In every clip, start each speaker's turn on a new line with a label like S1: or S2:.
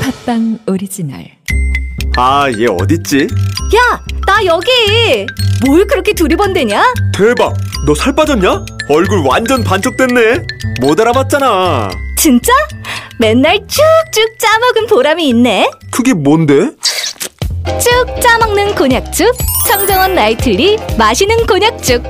S1: 팟빵 오리지널
S2: 아, 얘 어딨지?
S3: 야, 나 여기. 뭘 그렇게 두리번대냐?
S2: 대박! 너 살 빠졌냐? 얼굴 완전 반쪽됐네. 못 알아봤잖아.
S3: 진짜? 맨날 쭉쭉 짜먹은 보람이 있네.
S2: 그게 뭔데?
S3: 쭉 짜먹는 곤약죽, 청정원 나이틀리 마시는 곤약죽,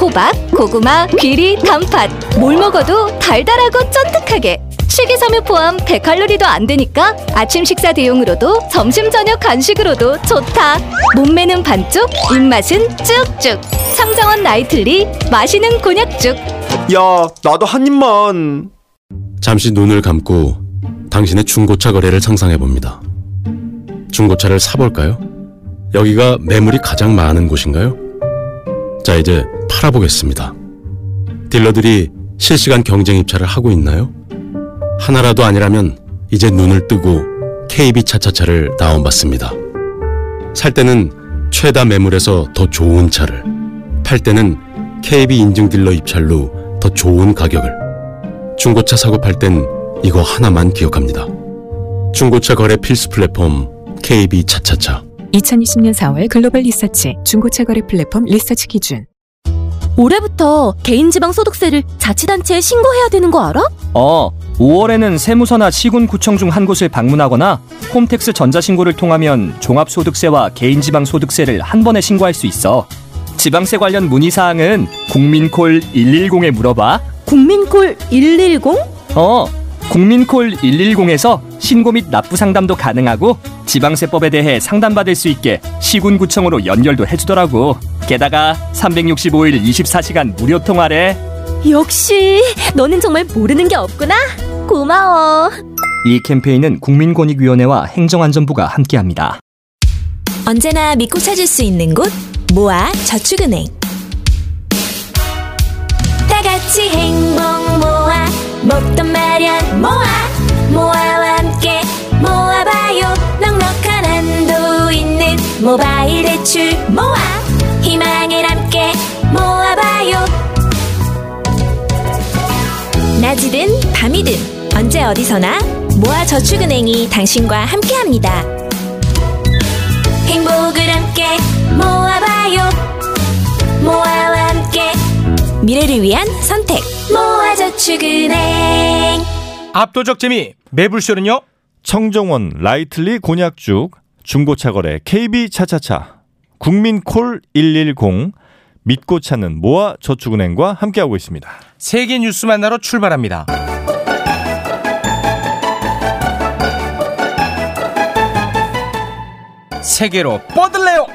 S3: 호박, 고구마, 귀리, 단팥, 뭘 먹어도 달달하고 쫀득하게. 식이섬유 포함 100칼로리도 안 되니까 아침 식사 대용으로도 점심 저녁 간식으로도 좋다. 몸매는 반쪽, 입맛은 쭉쭉. 청정원 나이틀리 마시는 곤약죽.
S2: 야, 나도 한 입만.
S4: 잠시 눈을 감고 당신의 중고차 거래를 상상해 봅니다. 중고차를 사볼까요? 여기가 매물이 가장 많은 곳인가요? 자, 이제 팔아보겠습니다. 딜러들이 실시간 경쟁 입찰을 하고 있나요? 하나라도 아니라면 이제 눈을 뜨고 KB 차차차를 다운받습니다. 살 때는 최다 매물에서 더 좋은 차를, 팔 때는 KB 인증 딜러 입찰로 더 좋은 가격을, 중고차 사고 팔 땐 이거 하나만 기억합니다. 중고차 거래 필수 플랫폼 KB 차차차.
S1: 2020년 4월 글로벌 리서치 중고차 거래 플랫폼 리서치 기준
S3: 올해부터 개인 지방 소득세를 자치단체에 신고해야 되는 거 알아?
S5: 어, 5월에는 세무서나 시군구청 중 한 곳을 방문하거나 홈택스 전자신고를 통하면 종합소득세와 개인지방소득세를 한 번에 신고할 수 있어. 지방세 관련 문의사항은 국민콜 110에 물어봐.
S3: 국민콜 110?
S5: 어, 국민콜 110에서 신고 및 납부 상담도 가능하고 지방세법에 대해 상담받을 수 있게 시군구청으로 연결도 해주더라고. 게다가 365일 24시간 무료 통화래.
S3: 역시 너는 정말 모르는 게 없구나. 고마워.
S5: 이 캠페인은 국민권익위원회와 행정안전부가 함께합니다.
S6: 언제나 믿고 찾을 수 있는 곳 모아 저축은행 다 같이 행복 모아 먹던 마련 모아 모아와 함께 모아봐요 넉넉한 한도 있는 모바일 대출 모아 희망을 함께 모아봐요 낮이든 밤이든 언제 어디서나 모아 저축은행이 당신과 함께합니다. 행복을 함께 모아봐요 모아와 함께 미래를 위한 선택 모아저축은행
S7: 압도적 재미 매불쇼는요?
S8: 청정원 라이틀리 곤약죽 중고차 거래 KB 차차차 국민콜 110 믿고 찾는 모아 저축은행과 함께하고 있습니다.
S7: 세계 뉴스 만나러 출발합니다. 세계로 뻗을래요.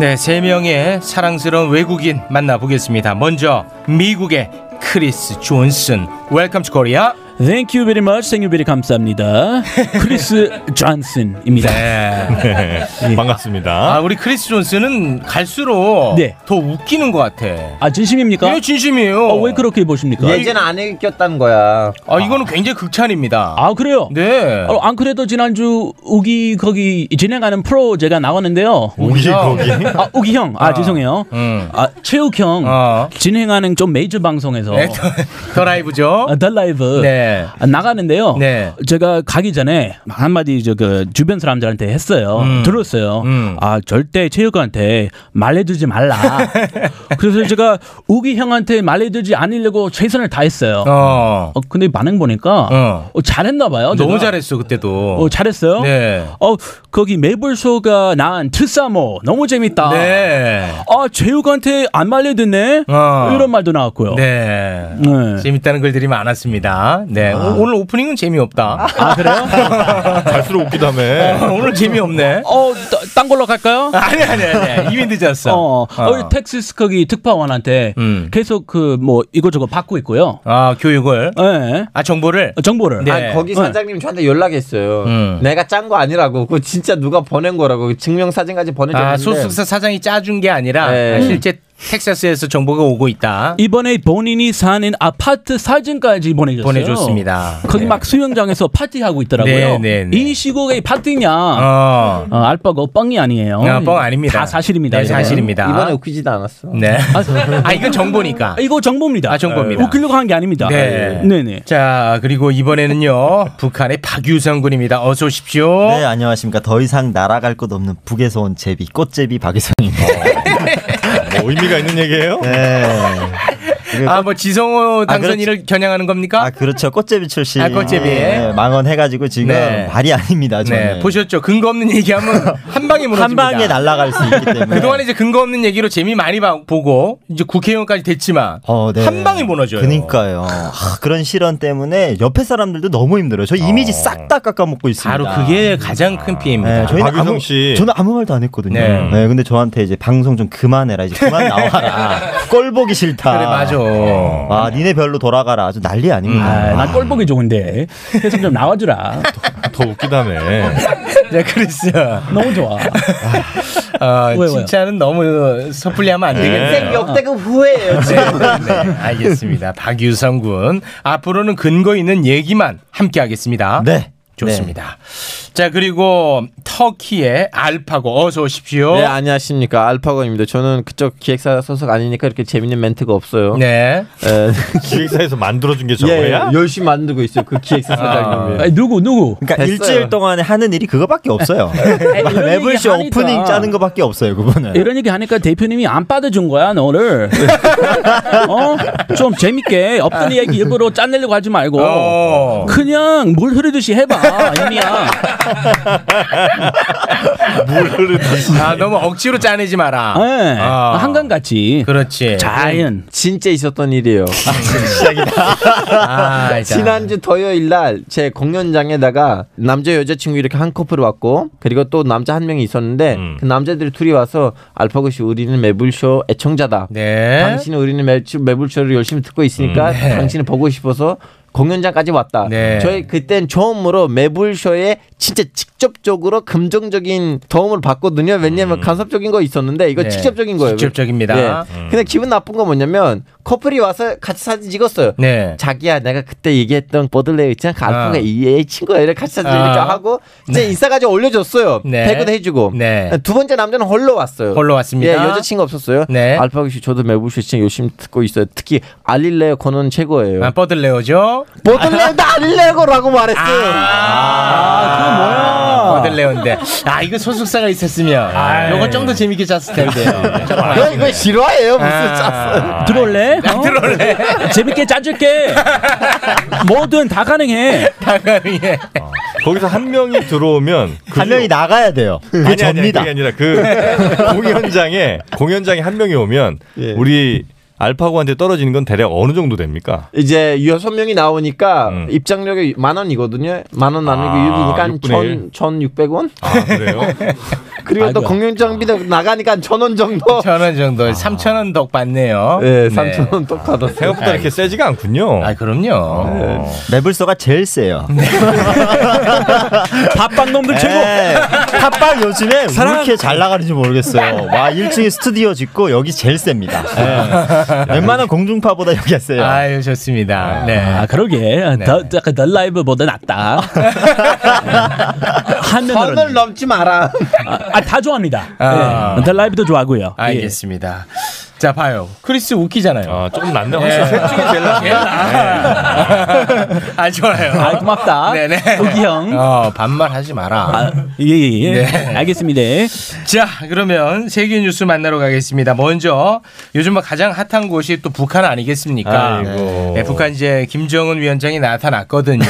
S7: 네, 세 명의 사랑스러운 외국인 만나보겠습니다. 먼저 미국의 크리스 존슨, 웰컴 투 코리아.
S9: Thank you very much. Thank you very 감사합니다. 크리스 존슨입니다. 예.
S7: 네. 아,
S8: 반갑습니다.
S7: 우리 크리스 존슨은 갈수록
S9: 네.
S7: 더 웃기는 것 같아.
S9: 아 진심입니까?
S7: 이게 진심이에요.
S9: 어, 왜 그렇게 보십니까?
S10: 예전에 안 읽겼다는 거야.
S7: 아, 이거는 굉장히 극찬입니다.
S9: 아 그래요?
S7: 네.
S9: 어, 안 그래도 지난주 우기 거기 진행하는 프로 제가 나왔는데요.
S8: 우기 거기
S9: 아 우기 형, 아, 죄송해요.
S7: 음.
S9: 아 최욱 형
S7: 어.
S9: 진행하는 좀 메이저 방송에서
S7: 네, 더 라이브죠.
S9: 아, 더 라이브
S7: 네.
S9: 아, 나가는데요.
S7: 네.
S9: 제가 가기 전에 한마디 저 그 주변 사람들한테 했어요.
S7: 음.
S9: 들었어요.
S7: 음.
S9: 아 절대 체육한테 말해주지 말라. 그래서 제가 우기 형한테 말해주지 않으려고 최선을 다했어요. 어.
S7: 어.
S9: 근데 반응 보니까
S7: 어.
S9: 어, 잘했나 봐요.
S7: 너무
S9: 제가.
S7: 잘했어 그때도.
S9: 어, 잘했어요.
S7: 네.
S9: 어 거기 매불쇼가 난 트사모 너무 재밌다.
S7: 네.
S9: 아 최욱한테 안 말려듣네.
S7: 어.
S9: 이런 말도 나왔고요.
S7: 네.
S9: 네.
S7: 재밌다는 글들이 많았습니다. 네. 오- 오늘 오프닝은 재미없다. 어,
S9: 아 그래요?
S8: 갈수록 웃기다며.
S7: 오늘 재미없네.
S9: 어딴 걸로 갈까요?
S7: 아니 아니 아니. 이미 늦었어.
S9: 어, 어. 텍사스 거기 특파원한테
S7: 음.
S9: 계속 그 뭐 이것저것 받고 있고요.
S7: 아 교육을.
S9: 예.
S7: 아 정보를.
S9: 어, 정보를.
S7: 네.
S10: 아, 거기 사장님이 저한테 연락했어요.
S7: 음.
S10: 내가 짠 거 아니라고. 그거 진짜 누가 보낸 거라고. 증명사진까지 보내줬는데.
S7: 아 소속사 사장이 짜준 게 아니라
S10: 네.
S7: 아, 실제 텍사스에서 정보가 오고 있다.
S9: 이번에 본인이 사는 아파트 사진까지 보내줬어요.
S7: 보내줬습니다.
S9: 거기 막 수영장에서 파티하고
S7: 네,
S9: 있더라고요.
S7: 네, 네.
S9: 이 시국에 파티냐?
S7: 어.
S9: 알바가 뻥이 아니에요.
S7: 아, 뻥 아닙니다.
S9: 다 사실입니다.
S7: 네,
S9: 이거는.
S7: 사실입니다. 이번에
S10: 웃기지도 않았어.
S7: 네. 아 이건 정보니까.
S9: 이거 정보입니다. 어,
S7: 아 정보입니다.
S9: 웃기려고 한 게 아닙니다.
S7: 네.
S9: 네네.
S7: 자 그리고 이번에는요 북한의 박유성 군입니다. 어서 오십시오.
S11: 네, 안녕하십니까. 더 이상 날아갈 곳 없는 북에서 온 제비, 꽃제비 박이성입니다.
S7: 네.
S8: 뭐 의미가 있는 얘기예요?
S11: 네.
S7: 아 뭐 지성호 당선인을 겨냥하는 겁니까?
S11: 아, 그렇죠. 꽃제비 출신.
S7: 아, 꽃제비.
S11: 네, 망언해가지고 지금
S7: 네.
S11: 말이 아닙니다. 저는.
S7: 네, 보셨죠? 근거 없는 얘기하면 한 방에 무너집니다.
S11: 한 방에 날아갈 수 있기 때문에.
S7: 그동안 이제 근거 없는 얘기로 재미 많이 봐- 보고 이제 국회의원까지 됐지만
S11: 어, 네.
S7: 한 방에 무너져요.
S11: 그러니까요. 아, 그런 실언 때문에 옆에 사람들도 너무 힘들어요. 저 이미지 싹 다 깎아먹고 있습니다.
S7: 바로 그게 가장 큰 피해입니다.
S11: 네, 저희는 아무, 저는 아무 말도 안 했거든요.
S7: 네.
S11: 네. 근데 저한테 이제 방송 좀 그만해라. 이제 그만 나와라. 꼴 보기 싫다.
S7: 그래, 맞아.
S11: 아, 니네 별로 돌아가라. 아주 난리 아닙니다.
S9: 아, 난꼴 보기 좋은데. 그래서 좀 나와주라.
S8: 더 웃기다며.
S7: 네, 그랬어요.
S9: 너무 좋아.
S7: 어,
S9: 왜요?
S7: 칭찬은 너무 섣불리 하면 안
S10: 네.
S7: 되겠네요.
S10: 인생 역대급 후회예요,
S7: 네, 네, 네. 알겠습니다. 박유성 군. 앞으로는 근거 있는 얘기만 함께 하겠습니다.
S11: 네.
S7: 좋습니다. 자, 그리고 터키의 알파고 어서 오십시오.
S10: 네 안녕하십니까 알파고입니다. 저는 그쪽 기획사 소속 아니니까 이렇게 재밌는 멘트가 없어요.
S7: 네.
S8: 기획사에서 만들어준 게
S11: 저거야?
S10: 예, 열심히 만들고 있어요. 그 기획사 사장님이.
S9: 아니, 누구 누구?
S11: 그러니까
S10: 됐어요.
S11: 일주일 동안에 하는 일이 그거밖에 없어요.
S9: 이런
S11: 매블쇼
S9: 얘기 네, 하니까.
S11: 오프닝 짜는 거밖에 없어요, 그분은.
S9: 이런 얘기 하니까 대표님이 안 받아준 거야 너를. 어? 좀 재밌게 없던 이야기 일부러 짜내려고 하지 말고
S7: 어.
S9: 그냥 물 흐르듯이 해봐 이미야.
S7: 아, 너무 억지로 짜내지 마라.
S9: 네.
S7: 아.
S9: 한강 같이.
S7: 그렇지. 그러니까
S9: 자연.
S10: 진짜 있었던 일이에요.
S7: 아, 자.
S10: 지난주 토요일 날 제 공연장에다가 남자 여자친구 이렇게 한 커플 왔고 그리고 또 남자 한 명이 있었는데
S7: 음.
S10: 그 남자들이 둘이 와서 알파고 씨 우리는 매불쇼 애청자다.
S7: 네. 음,
S10: 당신은 우리는 매불쇼, 매불쇼를 열심히 듣고 있으니까 당신을 보고 싶어서 공연장까지 왔다.
S7: 네.
S10: 저희 그땐 처음으로 매불쇼에 진짜 직접적으로 긍정적인 도움을 받거든요.
S7: 음.
S10: 왜냐면 간섭적인 거 있었는데 이거
S7: 네.
S10: 직접적인 거예요. 네.
S7: 직접적입니다. 음.
S10: 근데 기분 나쁜 건 뭐냐면 커플이 와서 같이 사진 찍었어요.
S7: 네.
S10: 자기야 내가 그때 얘기했던 보들레 있잖아 그 알파가 얘 친구야 이렇게 같이 사진 찍으니까
S7: 아.
S10: 하고 이제 인싸가지고 올려줬어요
S7: 네.
S10: 배그도 해주고
S7: 네.
S10: 두 번째 남자는 홀로 왔어요
S7: 홀로 왔습니다.
S10: 예, 여자친구 없었어요
S7: 네.
S10: 알파가 씨 저도 매부쇼 진짜 열심히 듣고 있어요 특히 알릴레오 코너는 최고예요
S7: 아, 뻗을레오죠?
S10: 보들레오도 알릴레오라고 말했어요
S7: 아, 그거 뭐야? 뻗을레오인데. 아, 이거 소속사가 있었으면. 요거 좀 더 재밌게 짰을 텐데요. 정말
S10: 네. 아, 이거 이거 실화예요 무슨
S7: 아.
S10: 짰어
S9: 들어올래? 어?
S7: 들어올래?
S9: 재밌게 짜줄게. 뭐든 다 가능해.
S7: 당연히.
S8: 거기서 한 명이 들어오면 그
S11: 한 명이 나가야 돼요. 그게
S8: 아니 아니
S11: 접니다.
S8: 그게 아니라 그 공연장에 공연장에 한 명이 오면
S10: 예.
S8: 우리 알파고한테 떨어지는 건 대략 어느 정도 됩니까?
S10: 이제 여섯 명이 나오니까
S8: 음.
S10: 입장료가 만 원이거든요. 만 원 나누기
S8: 아,
S10: 6이니까
S8: 육분의 일.
S10: 1,000, 1,600원?
S8: 아 그래요?
S10: 그리고 또
S9: 아이고야.
S10: 공연장비도 나가니까 한 1,000원 정도.
S7: 천 원
S9: 아.
S7: 정도, 삼천 원 덕 받네요.
S10: 네, 3,000원 똑 받았어요.
S8: 생각보다 이렇게 세지가 않군요.
S7: 아, 그럼요.
S9: 네.
S11: 매불소가 제일 세요.
S9: 밥방 놈들 최고.
S11: 네. 팟빵 요즘에 왜 이렇게 잘 나가는지 모르겠어요. 와 1층에 스튜디오 짓고 여기 제일 셉니다. 네. 웬만한 공중파보다 여기가 세요.
S7: 아유, 좋습니다. 네.
S9: 아 그러게 더 약간 더 라이브보다 낫다.
S10: 선을
S9: 한면으로.
S10: 넘지 마라.
S9: 아다 좋아합니다.
S7: 아.
S9: 네. 더 라이브도 좋아하고요. 예.
S7: 알겠습니다. 자, 봐요. 크리스 웃기잖아요.
S8: 아 조금 낫네. 네. 훨씬 세-
S7: 아, 좋아요.
S9: 아 고맙다.
S7: 네네.
S9: 우기 형.
S7: 어, 반말하지 마라.
S10: 아,
S7: 네.
S9: 예예예. 알겠습니다.
S7: 자, 그러면 세계 뉴스 만나러 가겠습니다. 먼저 요즘 뭐 가장 핫한 곳이 또 북한 아니겠습니까?
S8: 아이고.
S7: 네, 북한 이제 김정은 위원장이 나타났거든요.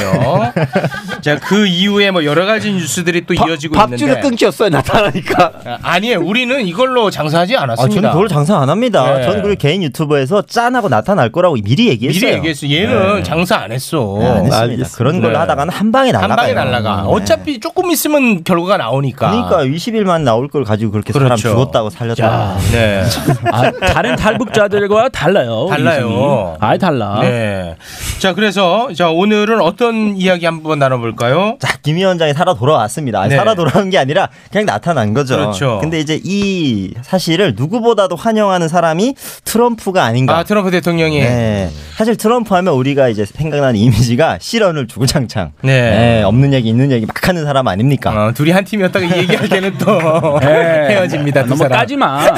S7: 자, 그 이후에 뭐 여러 가지 뉴스들이 또 이어지고
S10: 밥- 밥줄을
S7: 있는데
S10: 끊겼어요, 나타나니까.
S7: 아, 아니에요. 우리는 이걸로 장사하지
S11: 아, 저는
S7: 않았습니다.
S11: 그걸 장사 안 합니다.
S7: 네.
S11: 저는 그 개인 유튜버에서 짠하고 나타날 거라고 미리 얘기했어요.
S7: 미리 얘기했어. 얘는 장사 안 했어.
S11: 네, 안 했습니다.
S10: 알겠습니다.
S11: 그런 걸로
S7: 네.
S11: 하다가는 한 방에 날라가요.
S7: 한 방에 날라가.
S11: 네.
S7: 어차피 조금 있으면 결과가 나오니까.
S11: 그러니까 20일만 나올 걸 가지고 그렇게 사람
S7: 그렇죠.
S11: 죽었다고 살렸다.
S7: 네.
S9: 아, 다른 탈북자들과 달라요.
S7: 달라요.
S9: 아이 달라.
S7: 네. 자, 그래서 자, 오늘은 어떤 이야기 한번 나눠 볼까요?
S11: 자, 김 위원장이 살아 돌아왔습니다. 아니,
S7: 네.
S11: 살아 돌아온 게 아니라 그냥 나타난 거죠.
S7: 그렇죠.
S11: 근데 이제 이 사실을 누구보다도 환영하는 사람이 트럼프가 아닌가.
S7: 아, 트럼프 대통령이.
S11: 네. 사실 트럼프 하면 우리가 이제 생각나는 이미지가 실언을 주구장창.
S7: 네. 어,
S11: 네, 없는 얘기 있는 얘기 막 하는 사람 아닙니까?
S7: 둘이 한 팀이었다가 얘기할 때는 또 헤어집니다. 두
S9: 너무
S7: 사람.
S9: 까지 네. 아, 마.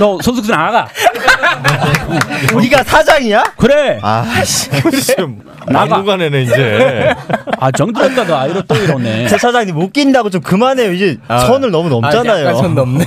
S9: 너 손숙수 나가.
S11: 우리가 사장이야?
S9: 그래.
S11: 아, 씨.
S9: 나가.
S8: 누가내네 이제.
S9: 아 정들었다 너 아이로 또 이러네.
S11: 새 사장님 웃긴다고 좀 그만해요. 이제
S7: 아,
S11: 선을 너무 넘잖아요.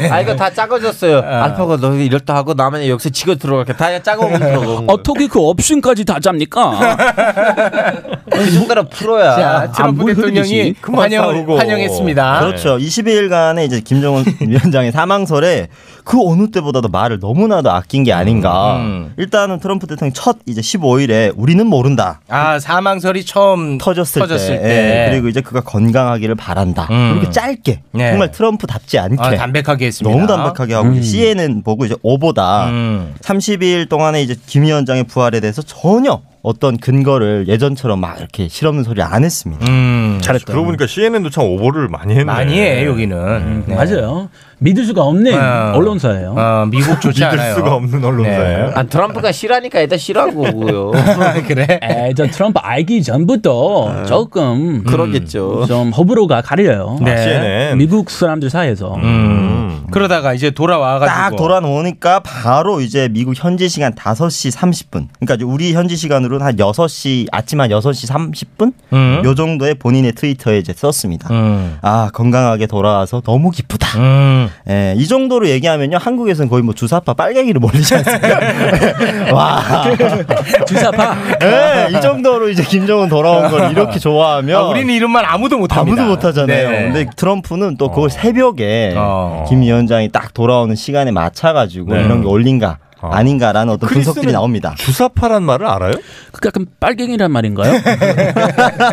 S10: 아 이거 다 짜고졌어요.
S7: 아.
S10: 알파고 너 이렇다 하고 나만 여기서 지고 들어갈게. 다 짜고 들어온 거.
S9: 어떻게 그 옵션까지 다 잡니까?
S10: 이그 정도로 풀어야.
S7: 자, 트럼프
S9: 뭘
S7: 대통령이
S9: 흐르지?
S11: 그만 싸우고.
S7: 환영을, 환영했습니다.
S11: 그렇죠. 22일간의 이제 김정은 위원장의 사망설에 그 어느 때보다도 말을 너무나도 아낀 게 아닌가.
S7: 음.
S11: 일단은 트럼프 대통령 첫 이제 15일에 우리는 모른다.
S7: 아, 사망설이 처음
S11: 터졌을, 때, 예, 그리고 이제 그가 건강하기를 바란다.
S7: 음.
S11: 이렇게 짧게
S7: 네.
S11: 정말 트럼프답지 않게
S7: 아, 담백하게 했습니다.
S11: 너무 담백하게 하고
S9: 음.
S11: CNN 보고 이제 오보다
S7: 음.
S11: 32일 동안에 이제 김 위원장의 부활에 대해서 전혀 어떤 근거를 예전처럼 막 이렇게 실없는 소리 안 했습니다.
S7: 음.
S8: 잘했다. 그러고 보니까 CNN도 참 오버를 많이 했네.
S7: 많이 해 여기는.
S11: 음,
S7: 네.
S9: 맞아요. 믿을 수가 없는
S7: 어.
S9: 네, 언론사예요.
S7: 어, 미국 네. 좋지
S8: 믿을
S7: 않아요.
S8: 수가 없는 언론사예요.
S10: 아 트럼프가 싫어하니까 일단 싫어하고요.
S7: 그래.
S9: 에이, 저 트럼프 알기 전부터 조금 음,
S10: 그러겠죠.
S9: 좀 호불호가 가려요.
S8: 아, CNN.
S9: 미국 사람들 사이에서.
S7: 음. 그러다가 이제 돌아와가지고
S11: 딱 돌아놓으니까 바로 이제 미국 현지 시간 5시 30분. 그러니까 이제 우리 현지 시간으로는 한 6시 아침 한 6시 30분
S7: 음.
S11: 요 정도에 본인의 트위터에 이제 썼습니다.
S7: 음.
S11: 아 건강하게 돌아와서 너무 기쁘다.
S7: 음.
S11: 예, 이 정도로 얘기하면요 한국에서는 거의 뭐 주사파 빨갱이로 몰리지
S7: 음.
S11: 않습니까? 와,
S9: 주사파.
S11: 예, 이 정도로 이제 김정은 돌아온 걸 이렇게 좋아하면
S7: 아, 우리는 이런 말 아무도 못합니다.
S11: 아무도 못하잖아요.
S7: 네.
S11: 근데 트럼프는 또 그걸 새벽에
S7: 어.
S11: 김 위원장이 딱 돌아오는 시간에 맞춰가지고
S9: 네.
S11: 이런 게 올린가 아닌가라는 어떤 분석들이
S8: 크리스는
S11: 나옵니다.
S8: 주사파란 말을 알아요?
S9: 그 약간 빨갱이란 말인가요?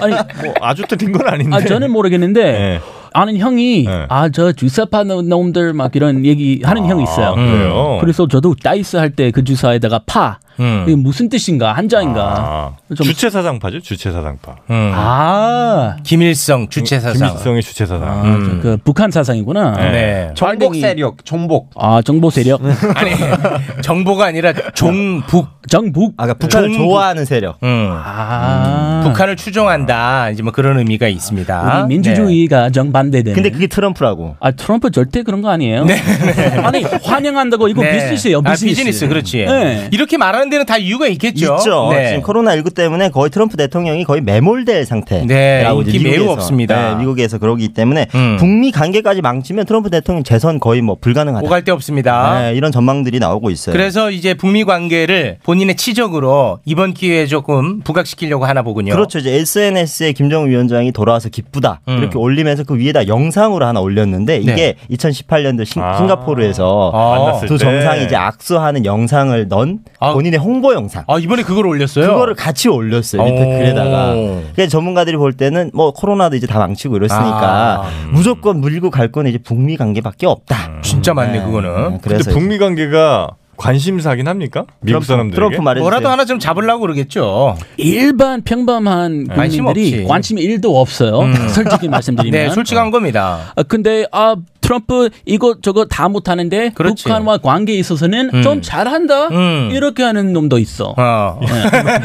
S9: 아니,
S8: 뭐 아주 틀린 건 아닌데.
S9: 아, 저는 모르겠는데
S8: 네.
S9: 아는 형이
S8: 네.
S9: 아 저 주사파 놈- 놈들 막 이런 얘기 하는 형이 있어요. 음.
S8: 아, 그래요.
S9: 그래서 저도 다이스 할 때 그 주사에다가 파
S7: 음.
S9: 이게 무슨 뜻인가 한자인가
S8: 아,
S9: 좀-
S8: 주체 사상파죠. 주체 사상파.
S7: 음.
S9: 아,
S7: 김일성 주체 사상. 음.
S8: 김일성의 주체 사상.
S9: 아, 저그 북한 사상이구나.
S7: 네.
S10: 정복 세력, 정복.
S9: 아 정보 세력
S11: 네.
S7: 아니 정보가 아니라 종북.
S9: 정북
S11: 아, 그러니까 북한을
S7: 종북.
S11: 좋아하는 세력.
S7: 음.
S9: 아
S7: 북한을 추종한다. 이제 뭐 그런 의미가 있습니다. 네.
S9: 우리 민주주의가 정반대되는.
S11: 근데 그게 트럼프라고.
S9: 아 트럼프 절대 그런 거 아니에요. 아니 환영한다고 이거
S7: 네. 네.
S9: 비즈니스예요.
S7: 아,
S9: 비즈니스.
S7: 비즈니스 그렇지.
S9: 네.
S7: 이렇게 말하는 데는 다 이유가 있겠죠.
S11: 있죠.
S7: 네.
S11: 지금 그 코로나 19 때문에 거의 트럼프 대통령이 거의 매몰될 상태라고
S7: 네,
S11: 이제
S7: 인기 매우
S11: 미국에서,
S7: 없습니다.
S11: 네, 미국에서 그러기 때문에
S7: 음.
S11: 북미 관계까지 망치면 트럼프 대통령 재선 거의 뭐 불가능하다.
S7: 오갈 데 없습니다.
S11: 네, 이런 전망들이 나오고 있어요.
S7: 네. 그래서 이제 북미 관계를 본인의 치적으로 이번 기회에 조금 부각시키려고 하나 보군요.
S11: 그렇죠. 이제 SNS에 김정은 위원장이 돌아와서 기쁘다
S7: 음. 네.
S11: 이렇게 올리면서 그 위에다 영상으로 하나 올렸는데 이게 2018년도 싱,
S8: 아.
S11: 가포르에서
S7: 아.
S8: 만났을
S11: 두
S8: 때.
S11: 정상이 이제 악수하는 영상을 넣은
S7: 아.
S11: 본인의 홍보 영상.
S7: 아 이번에 그걸 올렸어요.
S11: 그거를 같이 올렸어요
S7: 오.
S11: 밑에 글에다가 그래서 전문가들이 볼 때는 뭐 코로나도 이제 다 망치고 이랬으니까
S7: 아. 음.
S11: 무조건 물고 갈 건 이제 북미 관계밖에 없다.
S7: 진짜 맞네
S11: 네,
S7: 그거는.
S11: 그래서
S8: 근데 북미 관계가 관심사긴 합니까? 미국
S11: 트럼프-
S8: 사람들에게.
S11: 트럼프 말해
S7: 뭐라도 하나 좀 잡으려고 그러겠죠.
S9: 일반 평범한
S7: 네. 관심 없지.
S9: 국민들이 관심 일도 없어요.
S12: 음.
S9: 솔직히 말씀드리면.
S7: 음. 네, 솔직한 겁니다.
S9: 아, 근데 아 트럼프 이거 저거 다 못하는데
S7: 그렇지.
S9: 북한과 관계에 있어서는 좀 잘한다
S7: 음.
S9: 이렇게 하는 놈도 있어.
S13: 아.
S9: 네.
S7: 어.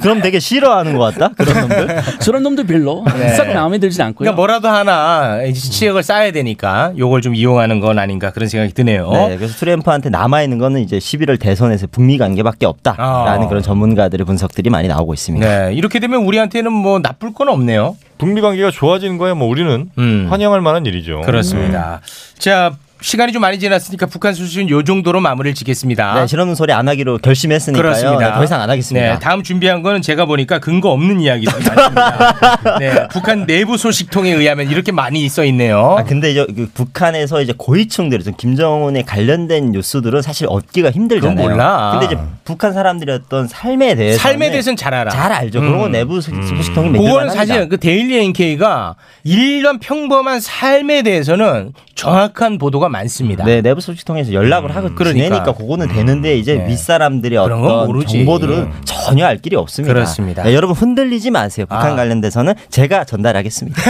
S11: 그럼 되게 싫어하는 것 같다. 그런 놈들.
S9: 저런 놈도 별로 네.
S7: 네.
S9: 썩 마음에 들진 않고요.
S7: 그러니까 뭐라도 하나 이제 치역을 쌓아야 되니까 요걸 좀 이용하는 건 아닌가 그런 생각이 드네요.
S11: 네, 그래서 트램프한테 남아 있는 거는 이제 11월 대선에서 북미 관계밖에 없다라는
S7: 아.
S11: 그런 전문가들의 분석들이 많이 나오고 있습니다.
S7: 네, 이렇게 되면 우리한테는 뭐 나쁠 건 없네요.
S8: 북미 관계가 좋아지는 거야 뭐 우리는
S7: 음.
S8: 환영할 만한 일이죠.
S7: 그렇습니다.
S11: 음.
S7: 자, 시간이 좀 많이 지났으니까 북한 수준 요 정도로 마무리를 짓겠습니다.
S11: 네, 실없는 소리 안 하기로 결심했으니까요.
S7: 그렇습니다.
S11: 네, 더 이상 안 하겠습니다. 네,
S7: 네, 다음 준비한 거는 제가 보니까 근거 없는 이야기들이 많습니다. 네, 북한 내부 소식통에 의하면 이렇게 많이 써 있네요.
S11: 아 근데 이제 그 북한에서 이제 고위층들이 좀 김정은에 관련된 뉴스들은 사실 얻기가 힘들잖아요.
S7: 그건 몰라.
S11: 근데 이제 북한 사람들의 어떤 삶에 대해서
S7: 삶에 대해서는 잘 알아. 음.
S11: 잘 알죠. 그런 건 내부 소- 소식통이 맥
S7: 그거는 사실 그 음. 그러니까. 데일리 NK가 일반 평범한 삶에 대해서는 정확한 보도가 경우가 많습니다.
S11: 네, 내부 소식 통해서 연락을 하고 지내니까 그거는 되는데 이제 윗사람들이
S7: 음, 네. 그런 건
S11: 어떤
S7: 모르지.
S11: 정보들은
S7: 음.
S11: 전혀 알 길이 없습니다.
S7: 그렇습니다.
S11: 네, 여러분 흔들리지 마세요. 북한
S7: 아.
S11: 관련돼서는 제가 전달하겠습니다.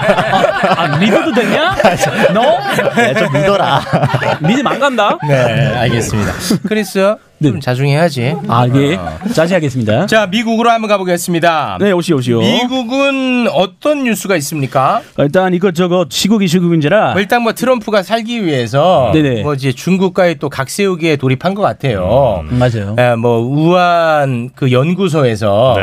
S9: 아, 믿어도 되냐? 너?
S11: 네, 좀 믿어라.
S9: 믿음 안 간다?
S7: 네, 알겠습니다. 크리스 좀 자중해야지.
S9: 네.
S7: 어.
S9: 아, 예. 자제하겠습니다.
S7: 자, 미국으로 한번 가보겠습니다.
S9: 네, 오시오, 오시오.
S7: 미국은 어떤 뉴스가 있습니까?
S9: 일단 이것저것 시국이 시국인지라
S7: 뭐 일단 뭐 트럼프가 살기 위해서
S9: 아. 네네.
S7: 뭐 이제 중국과의 또 각세우기에 돌입한 것
S11: 음.
S7: 같아요.
S9: 맞아요.
S7: 예, 뭐 우한 그 연구소에서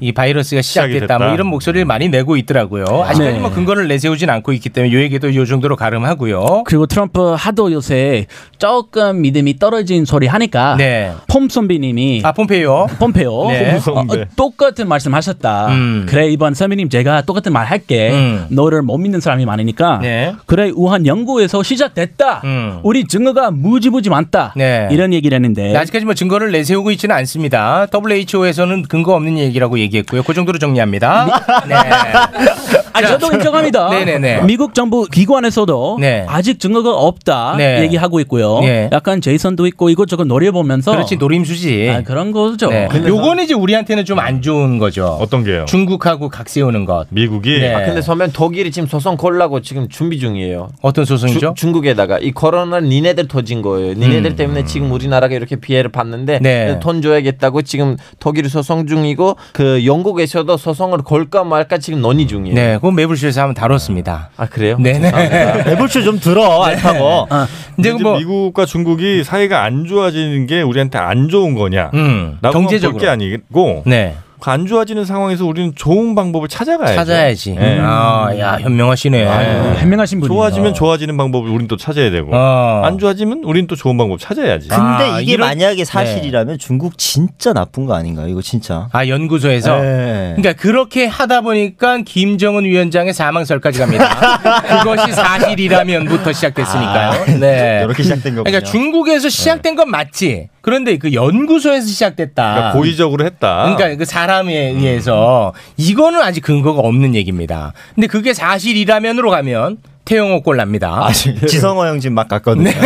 S7: 이 바이러스가
S11: 시작이
S7: 시작됐다 뭐
S11: 됐다.
S7: 이런 목소리를 많이 내고 있더라고요. 아직까지
S9: 네.
S7: 뭐 근거를 내세우진 않고 있기 때문에 요 얘기도 요 정도로 가름하고요.
S9: 그리고 트럼프 하도 요새 조금 믿음이 떨어진 소리 하니까
S7: 네.
S9: 폼선비님이
S7: 아 폼페이오
S9: 폼페오
S7: 네.
S9: 어, 어, 똑같은 말씀하셨다.
S7: 음.
S9: 그래 이번 선배님 제가 똑같은 말 할게.
S7: 음.
S9: 너를 못 믿는 사람이 많으니까.
S7: 네.
S9: 그래 우한 연구에서 시작됐다.
S7: 음.
S9: 우리 증거가 무지무지 많다.
S7: 네.
S9: 이런 얘기를 했는데.
S7: 네, 아직까지 뭐 증거를 내세우고 있지는 않습니다. WHO에서는 근거 없는 얘기라고 얘기했고요. 그 정도로 정리합니다.
S9: 네.
S7: 네.
S9: 아 저도 인정합니다.
S7: 네네네.
S9: 미국 정부 기관에서도
S7: 네.
S9: 아직 증거가 없다
S7: 네.
S9: 얘기하고 있고요.
S7: 네.
S9: 약간 제이선도 있고 이것저것 노려보면서
S7: 그렇지 노림수지.
S9: 아, 그런 거죠.
S7: 네. 요거는 이제 우리한테는 좀 안 좋은 거죠. 어떤 게요? 중국하고 각 세우는 것.
S11: 미국이
S7: 네.
S10: 아, 근데 서면 독일이 지금 소송 걸라고 지금 준비 중이에요.
S7: 어떤 소송이죠? 음.
S10: 중국에다가 이 코로나 니네들 터진 거예요. 니네들 때문에 지금 우리나라가 이렇게 피해를 봤는데
S7: 네.
S10: 돈 줘야겠다고 지금 독일이 소송 중이고 그 영국에서도 소송을 걸까 말까 지금 논의 중이에요.
S7: 네, 그건 매불쇼에서 한번 다뤘습니다.
S10: 아 그래요?
S7: 네네.
S11: 매불쇼 좀 들어 알파고.
S7: 이제 뭐
S8: 미국과 중국이 사이가 안 좋아지는 게 우리한테 안 좋은 거냐?
S7: 음,
S8: 라고
S7: 경제적으로.
S8: 볼게 아니고
S7: 네.
S8: 그안 좋아지는 상황에서 우리는 좋은 방법을 찾아가야죠. 예.
S7: 찾아야지.
S8: 네.
S7: 아, 예. 야 현명하시네.
S9: 해명하신 분이
S8: 좋아지면 좋아지는 방법을 우린 또 찾아야 되고
S7: 어.
S8: 안 좋아지면 우린 또 좋은 방법 찾아야지.
S11: 근데
S7: 아,
S11: 이게
S7: 이런-
S11: 만약에 사실이라면 중국 진짜 나쁜 거 아닌가요? 이거 진짜.
S7: 아 연구소에서.
S8: 예.
S11: 네.
S7: 그러니까 그렇게 하다 보니까 김정은 위원장의 사망설까지 갑니다. 그것이 사실이라면부터 시작됐으니까요.
S8: 아,
S7: 네.
S11: 이렇게 시작된 거군요.
S7: 그러니까 중국에서 시작된 건 맞지. 그런데 그 연구소에서 시작됐다.
S8: 예. 그러니까 고의적으로 했다. 음.
S7: 그러니까 그 사람에 의해서 이거는 아직 근거가 없는 얘기입니다. 근데 그게 사실이라면으로 가면 태영호 꼴 납니다. 네.
S11: 아, 지금 지성호 형 지금 막 갔거든요. 안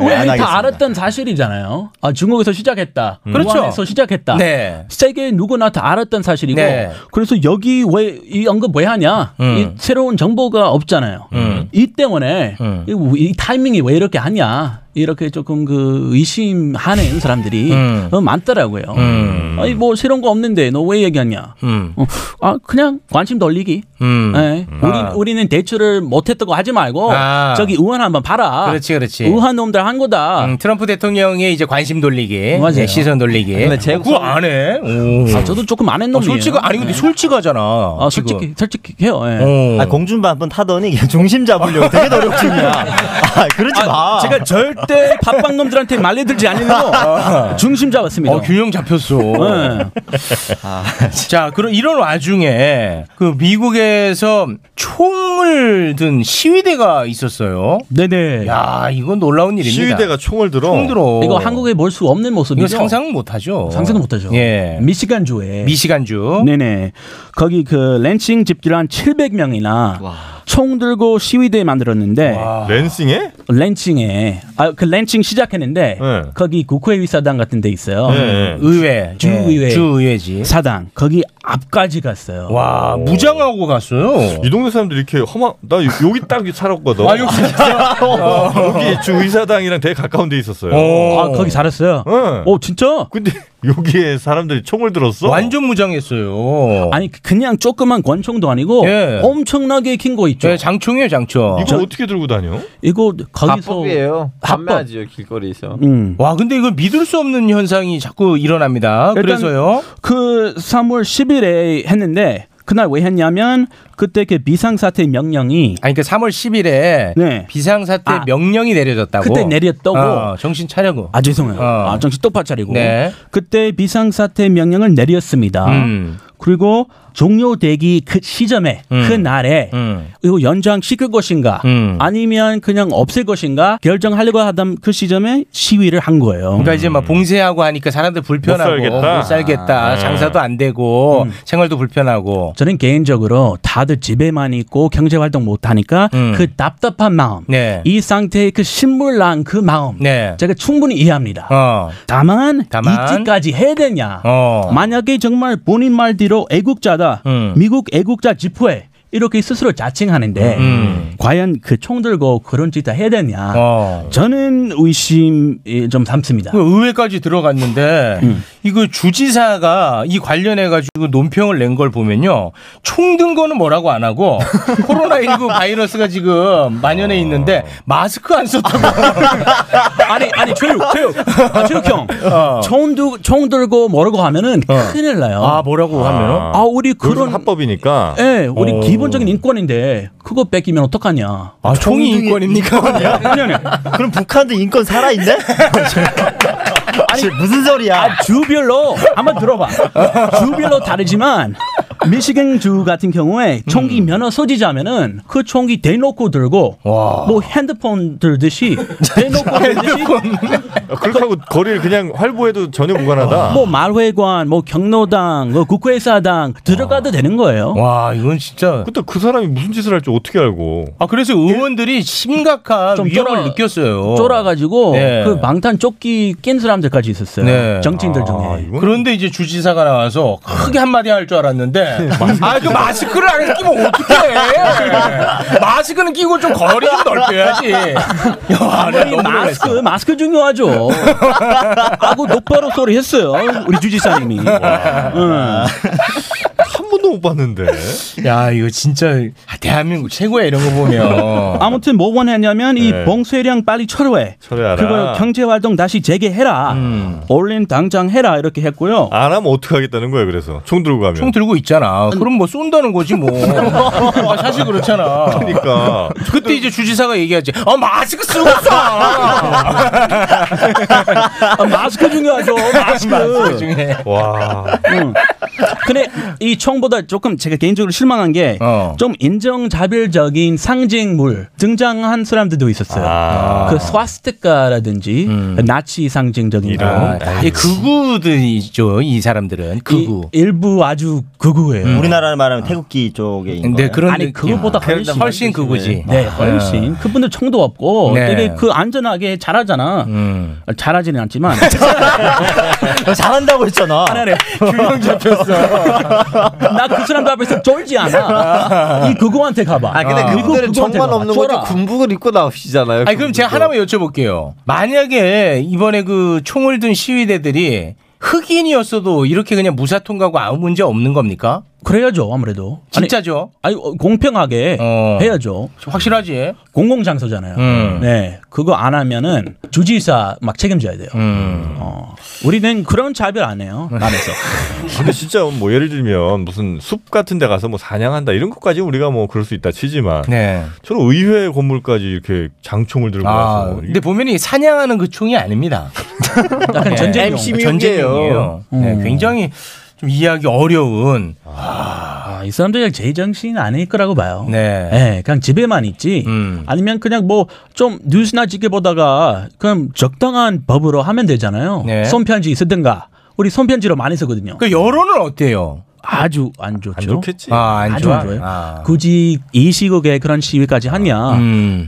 S9: 우리
S11: 하겠습니다.
S9: 다 알았던
S11: 어?
S9: 사실이잖아요. 아, 중국에서 시작했다.
S7: 그렇죠.
S9: 우한에서 시작했다.
S7: 네.
S9: 세계 누구나 다 알았던 사실이고
S7: 네.
S9: 그래서 여기 왜 이 언급 왜 하냐? 이 새로운 정보가 없잖아요. 이 때문에 이, 우- 이 타이밍이 왜 이렇게 하냐? 이렇게 조금 그 의심하는 사람들이 어, 많더라고요. 아니 뭐 새로운 거 없는데 너 왜 얘기하냐?
S7: 음.
S9: 어, 아 그냥 관심 돌리기.
S7: 음.
S9: 예. 우리
S7: 아.
S9: 우리는 대출을 못했다고 하지 말고
S7: 아.
S9: 저기 우한 한번 봐라.
S7: 그렇지, 그렇지.
S9: 우한 놈들 한 거다. 어,
S7: 음, 트럼프 대통령의 이제 관심 돌리기,
S9: 맞아요.
S7: 네, 시선 돌리기. 뭐,
S10: 근데 제
S7: 그거 안 해. 오.
S9: 아, 저도 조금 아는
S7: 아,
S9: 놈이에요. 네.
S7: 솔직히 아니 근데 솔직하잖아.
S9: 아, 솔직히 솔직히 해요. 예.
S7: 어.
S11: 아, 공중반 한번 타더니 그냥 중심 잡으려고 되게 노력 중이야. 아, 그러지 마.
S9: 제가 절대 밥방 놈들한테 말려들지
S11: 아.
S9: 않으려고 중심 잡았습니다.
S7: 어, 균형 잡혔어.
S9: 예.
S7: 아. 자, 그럼 이런 와중에 그 미국에서 총을 든 시위대가 있었어요.
S9: 네네.
S7: 야, 이건 놀라운 일입니다.
S8: 시위대가 총을 들어.
S7: 총 들어.
S9: 이거 한국에 볼 수그 없는 모습이죠.
S7: 이거 상상 못 하죠.
S9: 상상도 못하죠.
S7: 예.
S9: 미시간 주에
S7: 미시간주.
S9: 네네. 거기 그 랜칭 집들 한 700명이나 총 들고 시위대 만들었는데
S8: 랜싱에?
S9: 랜칭에 아 그 랜칭 시작했는데
S8: 네.
S9: 거기 국회의위 사당 같은 데 있어요.
S8: 네.
S7: 의회.
S9: 주의회.
S7: 예, 주의회지.
S9: 사당 거기 앞까지 갔어요.
S7: 와, 아, 무장하고 갔어요.
S8: 이 동네 사람들 이렇게 험한 나 요- 여기 딱 살았거든.
S7: 와, 역시 진짜.
S8: 여기 주 의사당이랑 되게 가까운 데 있었어요.
S7: 어.
S9: 아 거기 살았어요.
S8: 응.
S9: 오 진짜?
S8: 근데 여기에 사람들이 총을 들었어?
S7: 완전 무장했어요.
S9: 아니 그냥 조그만 권총도 아니고
S7: 예.
S9: 엄청나게 큰 거 있죠.
S7: 네, 장총이에요, 장총.
S8: 이거 어떻게 들고 다녀?
S9: 이거 거기서
S10: 합법이에요.
S9: 합법.
S10: 판매하지요 길거리에서.
S9: 음.
S7: 와, 근데 이거 믿을 수 없는 현상이 자꾸 일어납니다.
S9: 일단-
S7: 그래서요.
S9: 그 3월 10일에 했는데 그날 왜 했냐면 그때 그 비상사태 명령이
S7: 아니 그러니까 3월 10일에
S9: 네.
S7: 비상사태
S9: 아,
S7: 명령이 내려졌다고.
S9: 그때 내렸다고?
S7: 어, 정신 차려고.
S9: 아 죄송해요.
S7: 어.
S9: 아 정신 똑바로 차리고
S7: 네.
S9: 그때 비상사태 명령을 내렸습니다.
S7: 음.
S9: 그리고 종료 대기 그 시점에 그 날에
S7: 음.
S9: 이거 연장 시킬 것인가 아니면 그냥 없앨 것인가 결정하려고 하던 그 시점에 시위를 한 거예요.
S7: 그러니까 이제 막 봉쇄하고 하니까 사람들 불편하고 음.
S9: 못 살겠다.
S7: 못 살겠다.
S9: 아, 네.
S7: 장사도 안 되고 생활도 불편하고.
S9: 음. 저는 개인적으로 다들 집에만 있고 경제 활동 못 하니까
S7: 음.
S9: 그 답답한 마음,
S7: 네.
S9: 이 상태의 그 신물난 그 마음, 제가 충분히 이해합니다.
S7: 어.
S9: 다만, 이치까지 해야 되냐? 만약에 정말 본인 말대로 애국자다,
S7: 음.
S9: 미국 애국자 집회 이렇게 스스로 자칭하는데
S7: 음.
S9: 과연 그 총 들고 그런 짓 다 해야 되냐?
S7: 어.
S9: 저는 의심이 예, 좀 삼습니다.
S7: 그
S9: 음.
S7: 의회까지 들어갔는데 이거 주지사가 이 관련해 가지고 논평을 낸 걸 보면요 총 든 거는 뭐라고 안 하고 코로나19 바이러스가 지금 만연해 있는데 마스크 안 썼다고
S9: 아니 아니 최욱 최욱 아, 최욱 형 총, 두, 총 들고 뭐라고 하면은 큰일 나요.
S7: 어. 아, 뭐라고 하면은?
S9: 아 우리 그런
S8: 합법이니까.
S9: 예 우리 기본적인 인권인데 그거 뺏기면 어떡하냐?
S7: 아 총이 인권입니까?
S9: 아니 아니
S11: 그럼 북한도 인권 살아 있네?
S9: 아니 무슨 소리야? 주별로 한번 들어봐. 주별로 다르지만 미시간 주 같은 경우에 총기 면허 소지자면은 그 총기 대놓고 들고 뭐 핸드폰 들듯이 대놓고 들듯이
S8: 아, 그렇게 하고 거리를 그냥 활보해도 전혀 무관하다.
S9: 뭐 말회관, 뭐 경로당, 뭐 국회의사당 들어가도 되는 거예요.
S7: 와 이건 진짜.
S8: 근데 그 사람이 무슨 짓을 할지 어떻게 알고?
S7: 아 그래서 의원들이 심각한
S9: 좀
S7: 위협을
S9: 쫄아-
S7: 느꼈어요.
S9: 쫄아가지고
S7: 네.
S9: 그 망탄 조끼 낀 사람들까지 있었어요.
S7: 네.
S8: 아,
S9: 정치인들 중에.
S8: 음.
S7: 그런데 이제 주지사가 나와서 크게 한마디 할 줄 알았는데 아 그 마스크를 안 끼면 어떡해 마스크는 끼고 좀 거리 좀 넓혀야지 야,
S9: 아니, 마스크 마스크 중요하죠. 하고 똑바로 소리 했어요. 우리 주지사님이. 응.
S8: 한 번도 못 봤는데.
S7: 야 이거 진짜 아, 대한민국 최고야 이런 거 보면
S9: 아무튼 뭐 원했냐면
S7: 네.
S9: 이 봉쇄량 빨리 철회.
S8: 철회하라.
S9: 그걸 경제 활동 다시 재개해라. 올린 당장 해라 이렇게 했고요.
S8: 음. 안 하면 어떻게 하겠다는 거야 그래서 총 들고 가면.
S7: 총 들고 있잖아.
S9: 음.
S7: 그럼 뭐 쏜다는 거지 뭐. 아, 사실 그렇잖아.
S8: 그러니까.
S7: 그때 이제 주지사가 얘기하지. 아 마스크 쓰고 있어.
S9: 아, 마스크 중요하죠.
S7: 아,
S9: 마스크.
S7: 중에.
S8: 와.
S9: 응. 음. 근데 이 총보다 조금 제가 개인적으로 실망한 게 좀 인종차별적인 상징물 등장한 사람들도 있었어요.
S7: 아.
S9: 그 스와스티카라든지 나치 상징적인 거.
S7: 아, 이 극우들이죠 이 사람들은 그 극우.
S9: 일부 아주 극우예요.
S11: 음. 우리나라로 말하면 태극기 쪽에 있는
S7: 네,
S11: 거예요.
S7: 그런 아니, 느낌.
S9: 그거보다 훨씬
S7: 훨씬 그거지. 아.
S9: 네, 훨씬. 그분들 청도 없고
S7: 네.
S9: 되게 그 안전하게 잘하잖아. 아, 잘하지는 않지만 네,
S11: 잘한다고 했잖아.
S7: 균형 잡혔어.
S9: 나 그 사람들 앞에서 쫄지 않아. 이 극우한테 가봐.
S10: 아 근데
S9: 미국
S10: 그분들은
S9: 극우한테
S10: 정말
S9: 가봐.
S10: 없는
S9: 쫄아.
S10: 거죠. 군복을 입고 나오시잖아요.
S7: 아니 그럼 제가 하나만 여쭤볼게요. 만약에 이번에 그 총을 든 시위대들이 흑인이었어도 이렇게 그냥 무사 통과하고 아무 문제 없는 겁니까?
S9: 그래야죠 아무래도. 아니,
S7: 진짜죠?
S9: 아니, 어, 공평하게 해야죠.
S7: 확실하지.
S9: 공공 장소잖아요.
S7: 어. 음.
S9: 네, 그거 안 하면은 주지사 막 책임져야 돼요. 어, 우리는 그런 차별 안 해요. 남에서.
S8: 근데 진짜 뭐 예를 들면 무슨 숲 같은 데 가서 뭐 사냥한다 이런 것까지 우리가 뭐 그럴 수 있다 치지만
S7: 네.
S8: 저는 의회 건물까지 이렇게 장총을 들고
S7: 아,
S8: 와서
S7: 근데 보면이 사냥하는 그 총이 아닙니다. 네.
S9: 약간 전쟁용.
S7: 전쟁용이에요. 네,
S9: 음.
S7: 굉장히 좀 이해하기 어려운.
S9: 아, 이 사람들 제정신 아닐 거라고 봐요.
S7: 네. 음.
S9: 예, 그냥 집에만 있지. 아니면 그냥 뭐 좀 뉴스나 지켜보다가 그냥 적당한 법으로 하면 되잖아요.
S7: 네.
S9: 손편지 쓰든가. 우리 손편지로 많이 쓰거든요.
S7: 그 여론은 어때요?
S9: 아주 안 좋죠. 안
S8: 좋겠지.
S7: 아, 안
S9: 아주
S7: 좋아?
S9: 안 좋아요.
S7: 아.
S9: 굳이 이 시국에 그런 시위까지 하냐.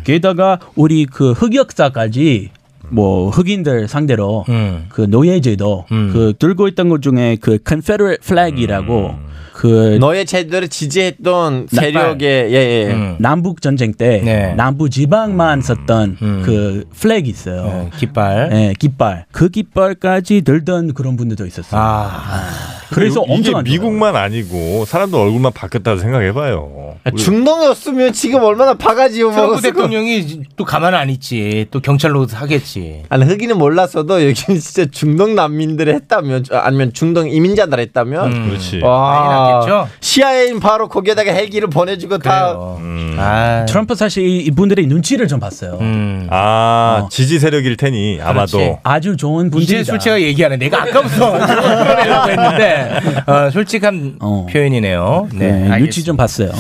S9: 게다가 우리 그 흑역사까지 뭐 흑인들 상대로 그 노예제도 그 들고 있던 것 중에 그 Confederate flag이라고 그 네,
S10: 너의 제도를 지지했던 세력의 예예. 예.
S9: 남북 전쟁 때 남부 지방만 썼던 그 플래그 있어요.
S7: 깃발.
S9: 예, 깃발. 그 깃발까지 들던 그런 분들도 있었어요.
S8: 아.
S9: 그래서
S8: 이게
S9: 엄청 안 좋아요.
S8: 미국만 아니고 사람들 얼굴만 바뀌었다고 생각해봐요.
S11: 아,
S10: 중동이었으면 지금 얼마나 바가지
S7: 트럼프
S10: 먹었을 거.
S7: 대통령이 또 가만 안 있지. 또 경찰로 하겠지.
S10: 아니 흑인은 몰랐어도 여기는 진짜 중동 난민들을 했다면 저- 아니면 중동 이민자들 했다면
S8: 그렇지.
S10: 와
S7: 되겠죠?
S10: 시야인 바로 거기에다가 헬기를 보내주고 다
S8: 음.
S11: 아,
S9: 트럼프 사실 이- 이분들의 눈치를 좀 봤어요.
S11: 음. 어.
S8: 아 지지 세력일 테니 음. 아마도
S9: 아주 좋은 분들이다.
S7: 이제 솔직하게 얘기하네. 내가 아까부터 그러려고
S11: 아, 네.
S7: 했는데 어, 솔직한 표현이네요. 네,
S9: 네,
S7: 알겠습니다.
S9: 눈치 좀 봤어요.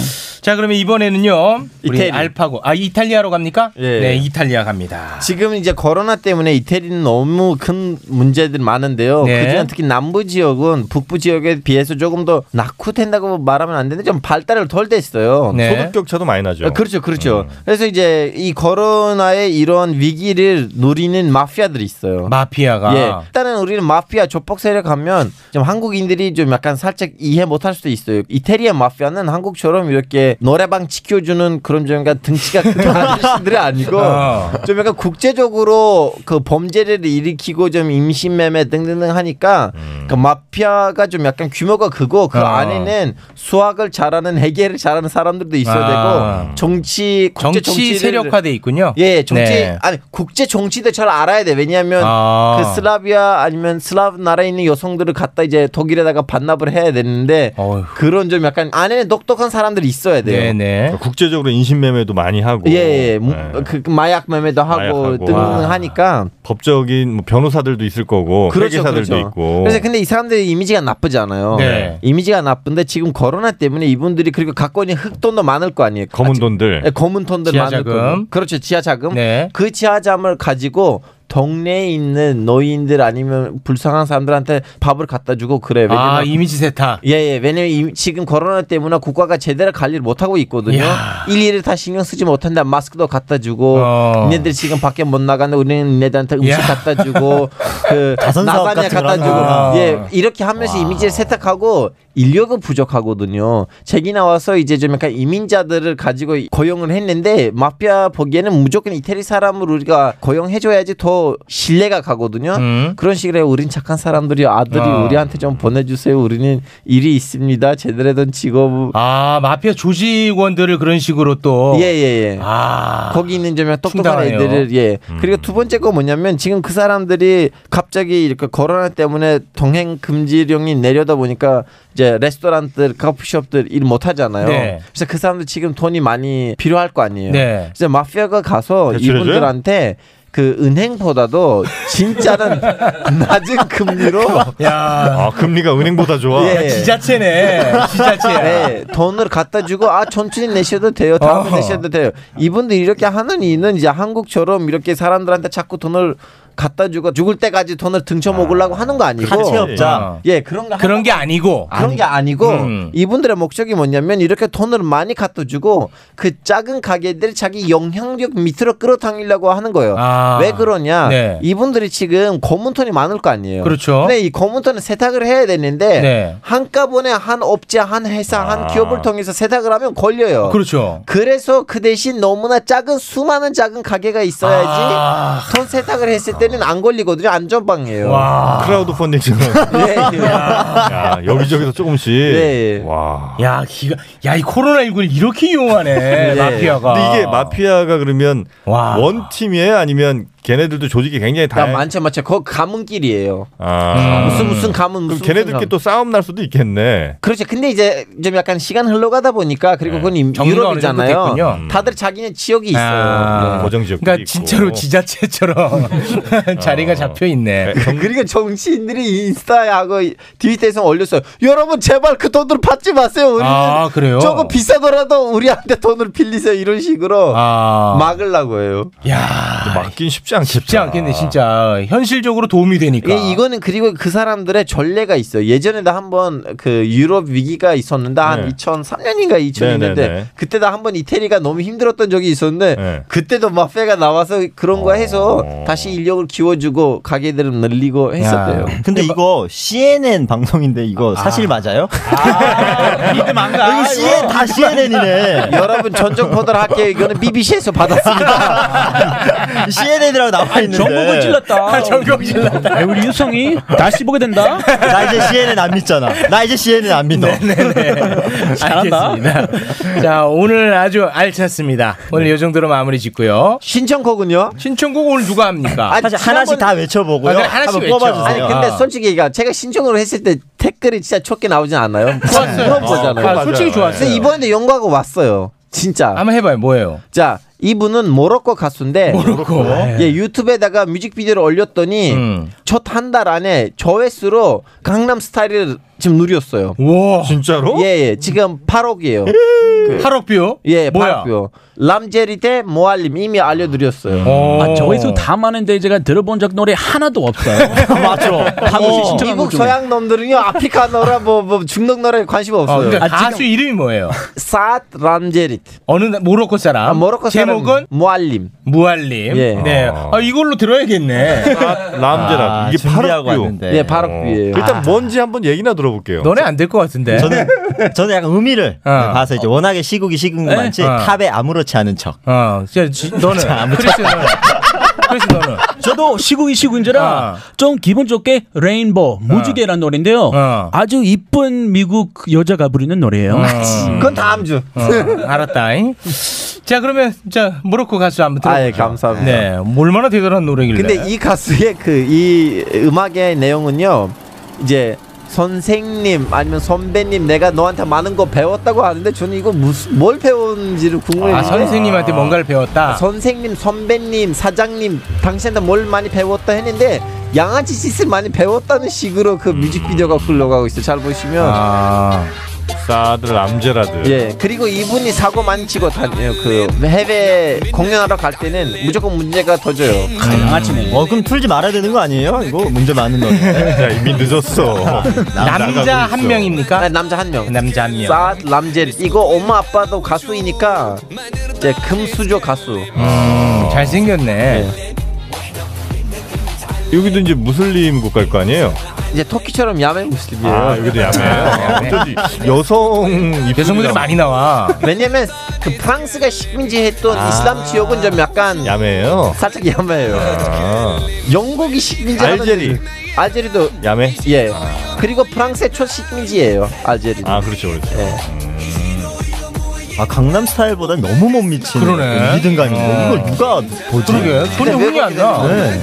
S7: 자 그러면 이번에는요 우리
S10: 이태리.
S7: 알파고 아 이탈리아로 갑니까?
S10: 예.
S7: 네 이탈리아 갑니다.
S10: 지금 이제 코로나 때문에 이태리는 너무 큰 문제들 많은데요.
S7: 네.
S10: 그중에 특히 남부 지역은 북부 지역에 비해서 조금 더 낙후된다고 말하면 안 되는데 좀 발달을 덜 됐어요.
S8: 네. 소득 격차도 많이 나죠. 음.
S10: 아, 그렇죠, 그렇죠. 그래서 이제 이 코로나의 이런 위기를 노리는 마피아들이 있어요.
S7: 마피아가.
S10: 예. 일단은 우리는 마피아 조폭 세력 하면 좀 한국인들이 좀 약간 살짝 이해 못할 수도 있어요. 이태리의 마피아는 한국처럼 이렇게 노래방 지켜주는 그런 좀 약간 등치가 큰 아저씨들이 아니고
S7: 어.
S10: 좀 약간 국제적으로 그 범죄를 일으키고 좀 임신매매 등등등 하니까 그 마피아가 좀 약간 규모가 크고 그
S7: 음. 어.
S10: 안에는 수학을 잘하는 해계를 잘하는 사람들도 있어야
S7: 아.
S10: 되고 정치 국제
S7: 정치
S10: 정치를-
S7: 세력화돼 있군요.
S10: 예, 정치
S7: 네.
S10: 아니 국제 정치도 잘 알아야 돼. 왜냐하면
S7: 아.
S10: 그 슬라비아 아니면 슬라브 나라에 있는 여성들을 갖다 이제 독일에다가 반납을 해야 되는데 그런 좀 약간 안에는 똑똑한 사람들이 있어야 돼요.
S8: 그러니까 국제적으로 인신매매도 많이 하고 네.
S10: 예, 예. 무- 그 마약 매매도 하고
S8: 마약하고.
S10: 등등 하니까
S8: 법적인 뭐 변호사들도 있을 거고 아,
S11: 그렇죠,
S8: 회계사들도 있고
S10: 그렇죠, 그래서 근데 이 사람들의 이미지가 나쁘지 않아요.
S8: 네.
S10: 이미지가 나쁜데 지금 코로나 때문에 이분들이 그리고 갖고 있는 흑돈도 많을 거 아니에요.
S8: 검은 돈들.
S10: 예, 검은 돈들
S8: 지하
S10: 많을
S8: 자금.
S10: 거. 그렇죠. 지하 자금.
S7: 네.
S10: 그 지하 자금을 가지고 동네에 있는 노인들 아니면 불쌍한 사람들한테 밥을 갖다 주고 그래.
S7: 아
S10: 왜냐면
S7: 이미지 세탁.
S10: 예, 예. 왜냐면 이- 지금 코로나 때문에 국가가 제대로 관리를 못 하고 있거든요.
S7: 이야.
S10: 일일이 다 신경 쓰지 못한다. 마스크도 갖다 주고, 니네들 지금 밖에 못 나가는데 우리는 니네들한테 음식
S7: 어. 이야.
S10: 갖다 주고, 그
S11: 자선사업
S10: 나사냐
S11: 같은
S10: 갖다
S11: 거랑.
S10: 주고,
S11: 아.
S10: 예,
S7: 어.
S10: 이렇게 하면서 이미지를 세탁하고 인력은 부족하거든요. 책이 나와서 이제 좀 약간 이민자들을 가지고 고용을 했는데 마피아 보기에는 무조건 이태리 사람을 우리가 고용해줘야지 더 신뢰가 가거든요. 그런 식으로 해요. 우린 착한 사람들이 아들이
S7: 아.
S10: 우리한테 좀 보내주세요. 우리는 일이 있습니다. 제대로 된 직업.
S7: 아 마피아 조직원들을 그런 식으로 또
S10: 예, 예, 예.
S7: 아
S10: 거기 있는 좀 똑똑한
S7: 충당하네요. 음.
S10: 애들을 예 그리고 두 번째 거 뭐냐면 지금 그 사람들이 갑자기 이렇게 코로나 때문에 동행 금지령이 내려다 보니까 이제 레스토랑들 커피숍들 일 못 하잖아요
S7: 네.
S10: 그래서 그 사람들 지금 돈이 많이 필요할 거 아니에요
S7: 네.
S10: 그래서 마피아가 가서
S7: 대출해줘요?
S10: 이분들한테 그 은행보다도 진짜는 낮은 금리로
S8: 아 금리가 은행보다 좋아
S10: 예.
S7: 지자체네. 지자체야.
S10: 네, 돈을 갖다 주고 아 천천히 내셔도 돼요. 다음에
S7: 어.
S10: 내셔도 돼요. 이분들 이렇게 하는 이유는 이제 한국처럼 이렇게 사람들한테 자꾸 돈을 갖다 주고 죽을 때까지 돈을
S8: 아,
S10: 등쳐 먹으려고 하는 거 아니고
S7: 가채업자.
S10: 예 그런 거
S7: 그런 게 아니고
S10: 그런 게 아니고
S7: 음.
S10: 이분들의 목적이 뭐냐면 이렇게 돈을 많이 갖다 주고 그 작은 가게들 자기 영향력 밑으로 끌어당기려고 하는 거예요.
S7: 아.
S10: 왜 그러냐?
S7: 네.
S10: 이분들이 지금 검은 돈이 많을 거 아니에요.
S7: 그렇죠.
S10: 근데 이 검은 돈은 세탁을 해야 되는데
S7: 네.
S10: 한꺼번에 한 업체, 한 회사, 한
S7: 아.
S10: 기업을 통해서 세탁을 하면 걸려요.
S7: 그렇죠.
S10: 그래서 그 대신 너무나 작은 수많은 작은 가게가 있어야지
S7: 아.
S10: 돈 세탁을 했을 때는 안 걸리거든요. 안전방이에요.
S8: 크라우드 펀딩처럼
S10: 예,
S8: 야, 여기저기서 조금씩 와.
S7: 야 기가 야 이 코로나 19를 이렇게 이용하네
S8: 예.
S7: 마피아가.
S8: 근데 이게 마피아가 그러면 원 팀이에요? 아니면 걔네들도 조직이 굉장히
S10: 야,
S8: 다양.
S10: 많죠, 많죠. 거 가문끼리예요. 음.
S8: 아.
S10: 무슨 무슨 가문
S8: 그럼
S10: 무슨
S8: 걔네들끼리 또 싸움 날 수도 있겠네.
S10: 그렇죠. 근데 이제 좀 약간 시간 흘러가다 보니까 그리고
S7: 네.
S10: 그건 임-
S8: 정리가 어느 정도 됐군요.
S10: 유럽이잖아요. 다들 자기네 지역이 있어요. 예.
S8: 고정 지역.
S7: 아. 그러니까 진짜로 지자체처럼 자리가 잡혀 있네.
S10: 그러니까 정치인들이 인스타하고 트위터에서 올렸어요. 여러분 제발 그 돈을 받지 마세요. 우리는
S7: 아, 그래요?
S10: 조금 비싸더라도 우리한테 돈을 빌리세요. 이런 식으로
S7: 아,
S10: 막으려고 해요.
S7: 야
S8: 아. 막긴 쉽지 않겠다.
S7: 쉽지 않겠네 진짜 현실적으로 도움이 되니까.
S10: 예, 이거는 그리고 그 사람들의 전례가 있어요. 예전에도 한번 그 유럽 위기가 있었는데 한
S8: 네.
S10: 2003년인가 2002년대
S8: 네, 네, 네.
S10: 그때도 한번 이태리가 너무 힘들었던 적이 있었는데
S7: 네.
S10: 그때도 마페가 나와서 그런
S7: 어.
S10: 거 해서 다시 인력을 키워주고 가게들을 늘리고 했었대요.
S11: 근데 이거 CNN 방송인데 이거 사실 맞아요?
S10: 믿음 안
S11: 가. 아, 이거 CN 다 CNN이네.
S10: 여러분 전적 포들 할게요. 이거는 BBC에서 받았습니다.
S11: CNN이라고 나와 있는데. 아,
S9: 전국을 찔렀다.
S7: 전국 찔렀다.
S9: 아이, 우리 유성이 다시 보게 된다.
S11: 나 이제 CNN 안 믿잖아. 나 이제 CNN 안
S7: 네,
S11: 믿어.
S9: 잘한다.
S7: 알겠습니다. 자 오늘 아주 알찼습니다.
S8: 네.
S7: 오늘 이 정도로 마무리 짓고요.
S10: 신청곡은요?
S7: 신청곡 오늘 누가 합니까?
S11: 사실 아, 하나씩 다 외쳐보고요.
S7: 아, 그래, 하나씩
S11: 한번 뽑아주세요.
S10: 아니 근데 솔직히 얘기하- 제가 신청을 했을 때 댓글이 진짜 좋게 나오진 않아요.
S7: 좋았어요.
S10: 물어보잖아요.
S7: 어, 아, 솔직히 맞아요. 좋았어요.
S10: 근데 이번에도 영광고 왔어요. 진짜.
S7: 한번 해봐요. 뭐예요?
S10: 자, 이분은 모로코 가수인데 모로코.
S7: 네.
S10: 예, 유튜브에다가 뮤직비디오를 올렸더니
S7: 음.
S10: 첫 한 달 안에 조회수로 강남 스타일을 지금 누렸어요.
S7: 와,
S8: 진짜로?
S10: 예, 예. 지금 8억이에요.
S7: 8억 뷰?
S10: 예,
S7: 뭐야?
S10: 8억 뷰. 람제리 대 모알림 이미 알려드렸어요.
S9: 아, 저기서 다 많은데 제가 들어본 적 노래 하나도 없어요. 맞죠.
S10: 어, 미국 서양 놈들은요 아프리카 너라 뭐, 뭐 중동 너라에 관심 없어요.
S7: 아,
S8: 아,
S7: 근데 그러니까 가수 이름이 뭐예요?
S10: 사드 람제릿.
S7: 어느 나- 모로코 사람?
S10: 아, 모로코 사람
S7: 제목은
S10: 무알림.
S7: 무알림.
S10: 예.
S7: 네. 아, 이걸로 들어야겠네.
S8: 람제라
S7: 아,
S8: 이게
S7: 준비하고
S8: 8억 뷰.
S7: 왔는데. 예, 8억
S11: 뷰예요.
S8: 일단
S11: 아.
S8: 뭔지 한번 얘기나 들어볼게요.
S7: 너네 안 될 것 같은데.
S11: 저는 저는 약간 의미를 봐서 이제 워낙에 시국이 시국인 거
S7: 에?
S11: 많지
S7: 어.
S11: 탑에 아무렇지 않은 척.
S7: 어, 진짜 지- 너는
S11: 자, 아무튼.
S7: 크리스 너는 크리스 너는
S9: 저도 시국이
S7: 아.
S9: 시국인지라 좀 기분 좋게 레인보우 무지개란 노래인데요. 아주 이쁜 미국 여자가 부르는 노래예요.
S10: 어.
S7: 아.
S10: 그건 다음 주.
S7: 어, 알았다. 자, 그러면 자 모로코 가수 한번 들어.
S10: 아, 예, 감사합니다.
S7: 네, 얼마나 대단한 노래길래.
S10: 근데 이 가수의 그 이 음악의 내용은요 이제 선생님 아니면 선배님 내가 너한테 많은 거 배웠다고 하는데 저는 이거 무슨 뭘 배웠는지를 궁금해요.
S7: 아, 선생님한테 뭔가를 배웠다.
S10: 선생님, 선배님, 사장님 당신한테 뭘 많이 배웠다 했는데 양아치 짓을 많이 배웠다는 식으로 그 뮤직비디오가
S8: 음.
S10: 굴러가고 있어요. 잘 보시면
S8: 아, 사드 람제라드.
S10: 예 그리고 이분이 사고 많이 치고 다녀요. 그 해외 공연하러 갈 때는 무조건 문제가 터져요.
S11: 양아치네. 어 그럼 풀지 말아야 되는 거 아니에요? 이거 문제 많은 거.
S8: 야 이미 늦었어.
S7: 남자 한 명입니까?
S10: 네, 남자 한 명.
S7: 남자 한 명.
S10: 사드 람젤 이거 엄마 아빠도 가수이니까 이제 금수저 가수.
S7: 음, 잘생겼네.
S10: 예.
S8: 여기도 이제 무슬림 국가일 거 아니에요?
S10: 이제 터키처럼 야매 무슬림이에요. 네.
S8: 아, 여기도 야매예요. 어쩐지 여성 입술이
S10: 여성분들이 많이
S7: 나와.
S10: 왜냐면 그 프랑스가 식민지했던
S8: 아. 어.
S10: 이슬람 지역은 좀 약간
S8: 야매예요.
S10: 살짝 야매예요. 영국이 식민지하는
S8: 아.
S10: 그
S8: 알제리.
S10: 알제리도
S8: 야매.
S10: 예. 그리고 프랑스의 첫 식민지예요. 알제리. 예.
S8: 아 그렇죠 그렇죠.
S11: 아 강남 스타일보다 너무 못 미치는
S8: 그러네.
S11: 리듬감이
S8: 어.
S9: 아.
S11: 이걸 누가 보지?
S8: 그러게. 전혀 흥이 안 나.
S11: 네.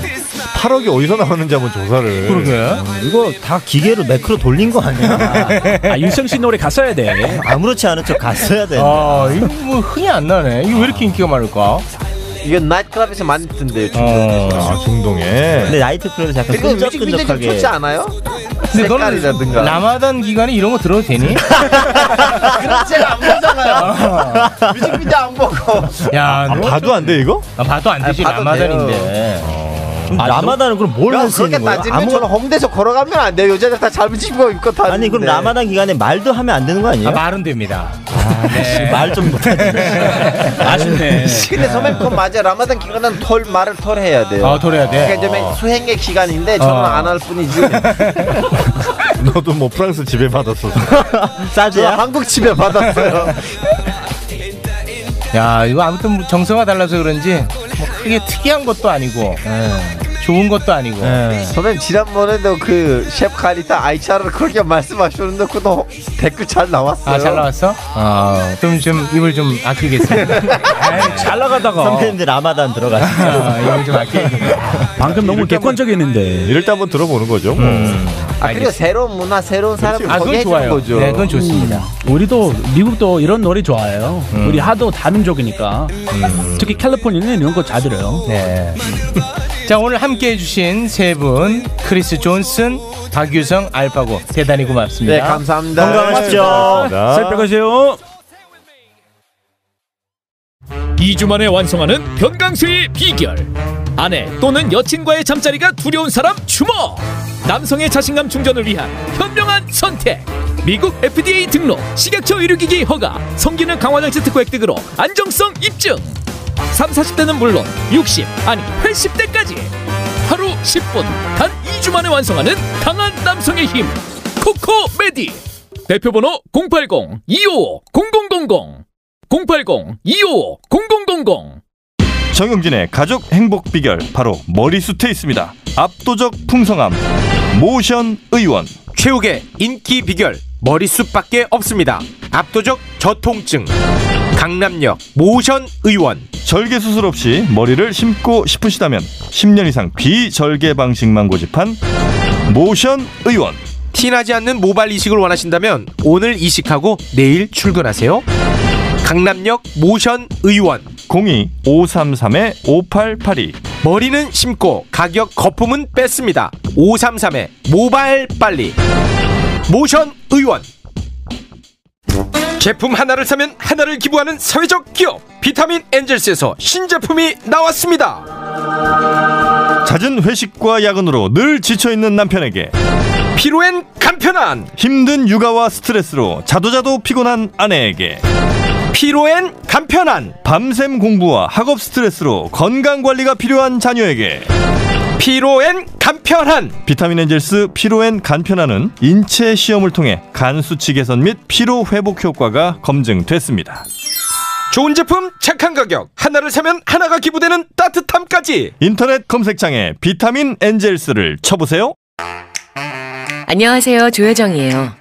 S8: 8억이 어디서 나오는지 한번 조사를.
S7: 네.
S11: 음, 이거 다 기계로 매크로 돌린 거 아니야?
S9: 아, 유성 씨 노래 갔어야 돼.
S11: 아무렇지 않은 척 갔어야 돼.
S7: 아, 이거 뭐 흥이 안 나네. 이거 왜 이렇게 인기가 많을까?
S10: 이건 나이트클럽에서 많이 듣는데요.
S7: 어,
S8: 아, 중동에.
S11: 근데 나이트클럽에서 약간
S10: 그리고 뮤직비디오 좀
S11: 끈적끈적하게.
S10: 좋지 않아요?
S7: 근데 너는
S10: 색깔이라든가.
S7: 라마단 기간에 이런 거 들어도 되니?
S10: 그렇지 안 보잖아요. 뮤직비디오 안 보고.
S7: 야,
S8: 아, 봐도 안 돼 이거?
S7: 아, 봐도 안 되지
S10: 아, 봐도
S7: 라마단인데. 어. 아,
S11: 그럼 라마단은 그럼 뭘
S10: 야,
S11: 할 수
S10: 그렇게
S11: 있는 거야?
S10: 따지면
S11: 아무
S10: 저는 홍대에서 걸어가면 안 돼요. 여자들 다 잘못 입고 입고 다.
S11: 아니 그럼 라마단 기간에 말도 하면 안 되는 거 아니에요?
S7: 아, 말은 됩니다.
S11: 말 좀 못하지.
S9: 아, 네. 아쉽네.
S10: 근데 선배님 그건 맞아. 라마단 기간은 털 말을 털 해야 돼요.
S7: 아, 털 해야 돼?
S10: 그게
S8: 어.
S10: 좀 수행의 기간인데 저는
S7: 어.
S10: 안 할 뿐이지.
S8: 너도 뭐 프랑스 지배 받았어.
S10: 저 한국 집에 받았어요.
S7: 야, 이거 아무튼 뭐 정서가 달라서 그런지 뭐 크게 특이한 것도 아니고 예, 좋은 것도 아니고.
S10: 선배님 지난번에도 그 셰프 카리타 아이차를 그렇게 말씀하셨는데 그도 댓글 잘 나왔어요.
S7: 아, 잘 나왔어? 아, 좀, 좀, 입을 좀 아끼겠습니다. 아이, 잘 나가다가.
S11: 선배님들 라마단 들어가시죠.
S7: 아, 입을 좀 아끼겠습니다.
S9: 방금 너무 객관적이었는데. 음.
S8: 이럴 때 한번 들어보는 거죠. 뭐.
S10: 아, 그리고 새로운 문화, 새로운 사람
S7: 아, 그건
S10: 거기에 주는
S7: 좋아요.
S10: 거죠.
S7: 네, 그건 좋습니다.
S9: 음.
S7: 음.
S9: 우리도 미국도 이런 노래 좋아해요. 우리 하도 다민족이니까. 특히 캘리포니아는 이런 거 잘 들어요.
S7: 네. 자, 오늘 함께 해주신 세 분, 크리스 존슨, 박유성, 알파고, 대단히 고맙습니다.
S10: 네, 감사합니다.
S11: 건강하십시오.
S9: 살펴가세요.
S12: 2주 만에 완성하는 변강수의 비결 아내 또는 여친과의 잠자리가 두려운 사람 주목 남성의 자신감 충전을 위한 현명한 선택 미국 FDA 등록 식약처 의료기기 허가 성기능 강화장치 특허 획득으로 안정성 입증 3, 40대는 물론 60 아니 80대까지 하루 10분 단 2주 만에 완성하는 강한 남성의 힘 코코메디 대표번호 080-255-0000 080-255-0000
S8: 정용진의 가족 행복 비결 바로 머리숱에 있습니다. 압도적 풍성함. 모션 의원.
S14: 최욱의 인기 비결 머리숱밖에 없습니다. 압도적 저통증 강남역 모션 의원
S8: 절개 수술 없이 머리를 심고 싶으시다면 10년 이상 비절개 방식만 고집한 모션 의원.
S14: 티나지 않는 모발 이식을 원하신다면 오늘 이식하고 내일 출근하세요. 강남역 모션 의원
S8: 02-533-5882
S14: 머리는 심고 가격 거품은 뺐습니다. 533의 모발 빨리 모션 의원 제품 하나를 사면 하나를 기부하는 사회적 기업 비타민 엔젤스에서 신제품이 나왔습니다.
S8: 잦은 회식과 야근으로 늘 지쳐있는 남편에게
S14: 피로엔 간편한
S8: 힘든 육아와 스트레스로 자도자도 피곤한 아내에게
S14: 피로엔 간편한
S8: 밤샘 공부와 학업 스트레스로 건강관리가 필요한 자녀에게
S14: 피로엔 간편한
S8: 비타민 엔젤스 피로엔 간편한은 인체 시험을 통해 간 수치 개선 및 피로 회복 효과가 검증됐습니다.
S14: 좋은 제품 착한 가격 하나를 사면 하나가 기부되는 따뜻함까지
S8: 인터넷 검색창에 비타민 엔젤스를 쳐보세요.
S15: 안녕하세요. 조여정이에요.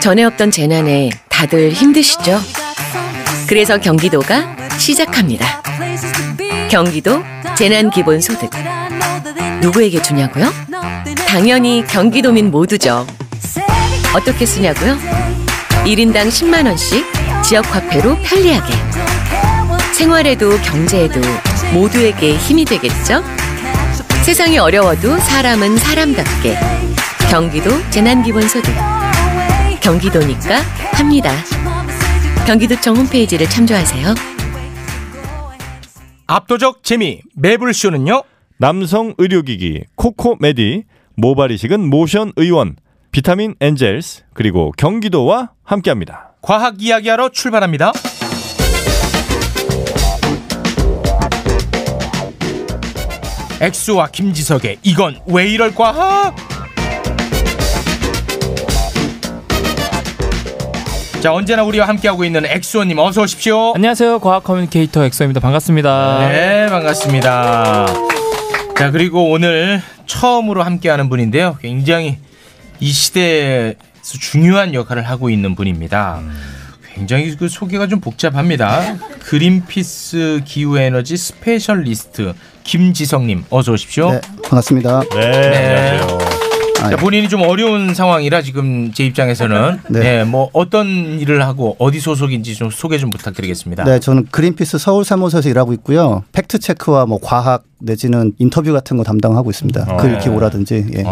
S15: 전에 없던 재난에 다들 힘드시죠? 그래서 경기도가 시작합니다. 경기도 재난기본소득. 누구에게 주냐고요? 당연히 경기도민 모두죠. 어떻게 쓰냐고요? 1인당 10만원씩 지역화폐로 편리하게. 생활에도 경제에도 모두에게 힘이 되겠죠? 세상이 어려워도 사람은 사람답게. 경기도 재난기본소득. 경기도니까 합니다. 경기도청 홈페이지를 참조하세요.
S8: 압도적 재미 매불쇼는요. 남성 의료기기 코코메디 모발 이식은 모션 의원 비타민 엔젤스 그리고 경기도와 함께합니다.
S7: 과학 이야기하러 출발합니다. 엑소와 김지석의 이건 왜 이럴 과학? 자 언제나 우리와 함께하고 있는 엑소님 어서 오십시오.
S13: 안녕하세요. 과학 커뮤니케이터 엑소입니다. 반갑습니다.
S7: 네, 반갑습니다. 자, 그리고 오늘 처음으로 함께하는 분인데요. 굉장히 이 시대에서 중요한 역할을 하고 있는 분입니다. 굉장히 그 소개가 좀 복잡합니다. 그린피스 기후에너지 스페셜리스트 김지성님 어서 오십시오. 네.
S16: 네, 아, 반갑습니다.
S7: 자, 본인이 좀 어려운 상황이라 지금 제 입장에서는 네.
S16: 네.
S7: 뭐 어떤 일을 하고 어디 소속인지 좀 소개 좀 부탁드리겠습니다.
S16: 네, 저는 그린피스 서울 사무소에서 일하고 있고요. 팩트 체크와 뭐 과학 내지는 인터뷰 같은 거 담당하고 있습니다.
S8: 어.
S16: 글 기호라든지. 예.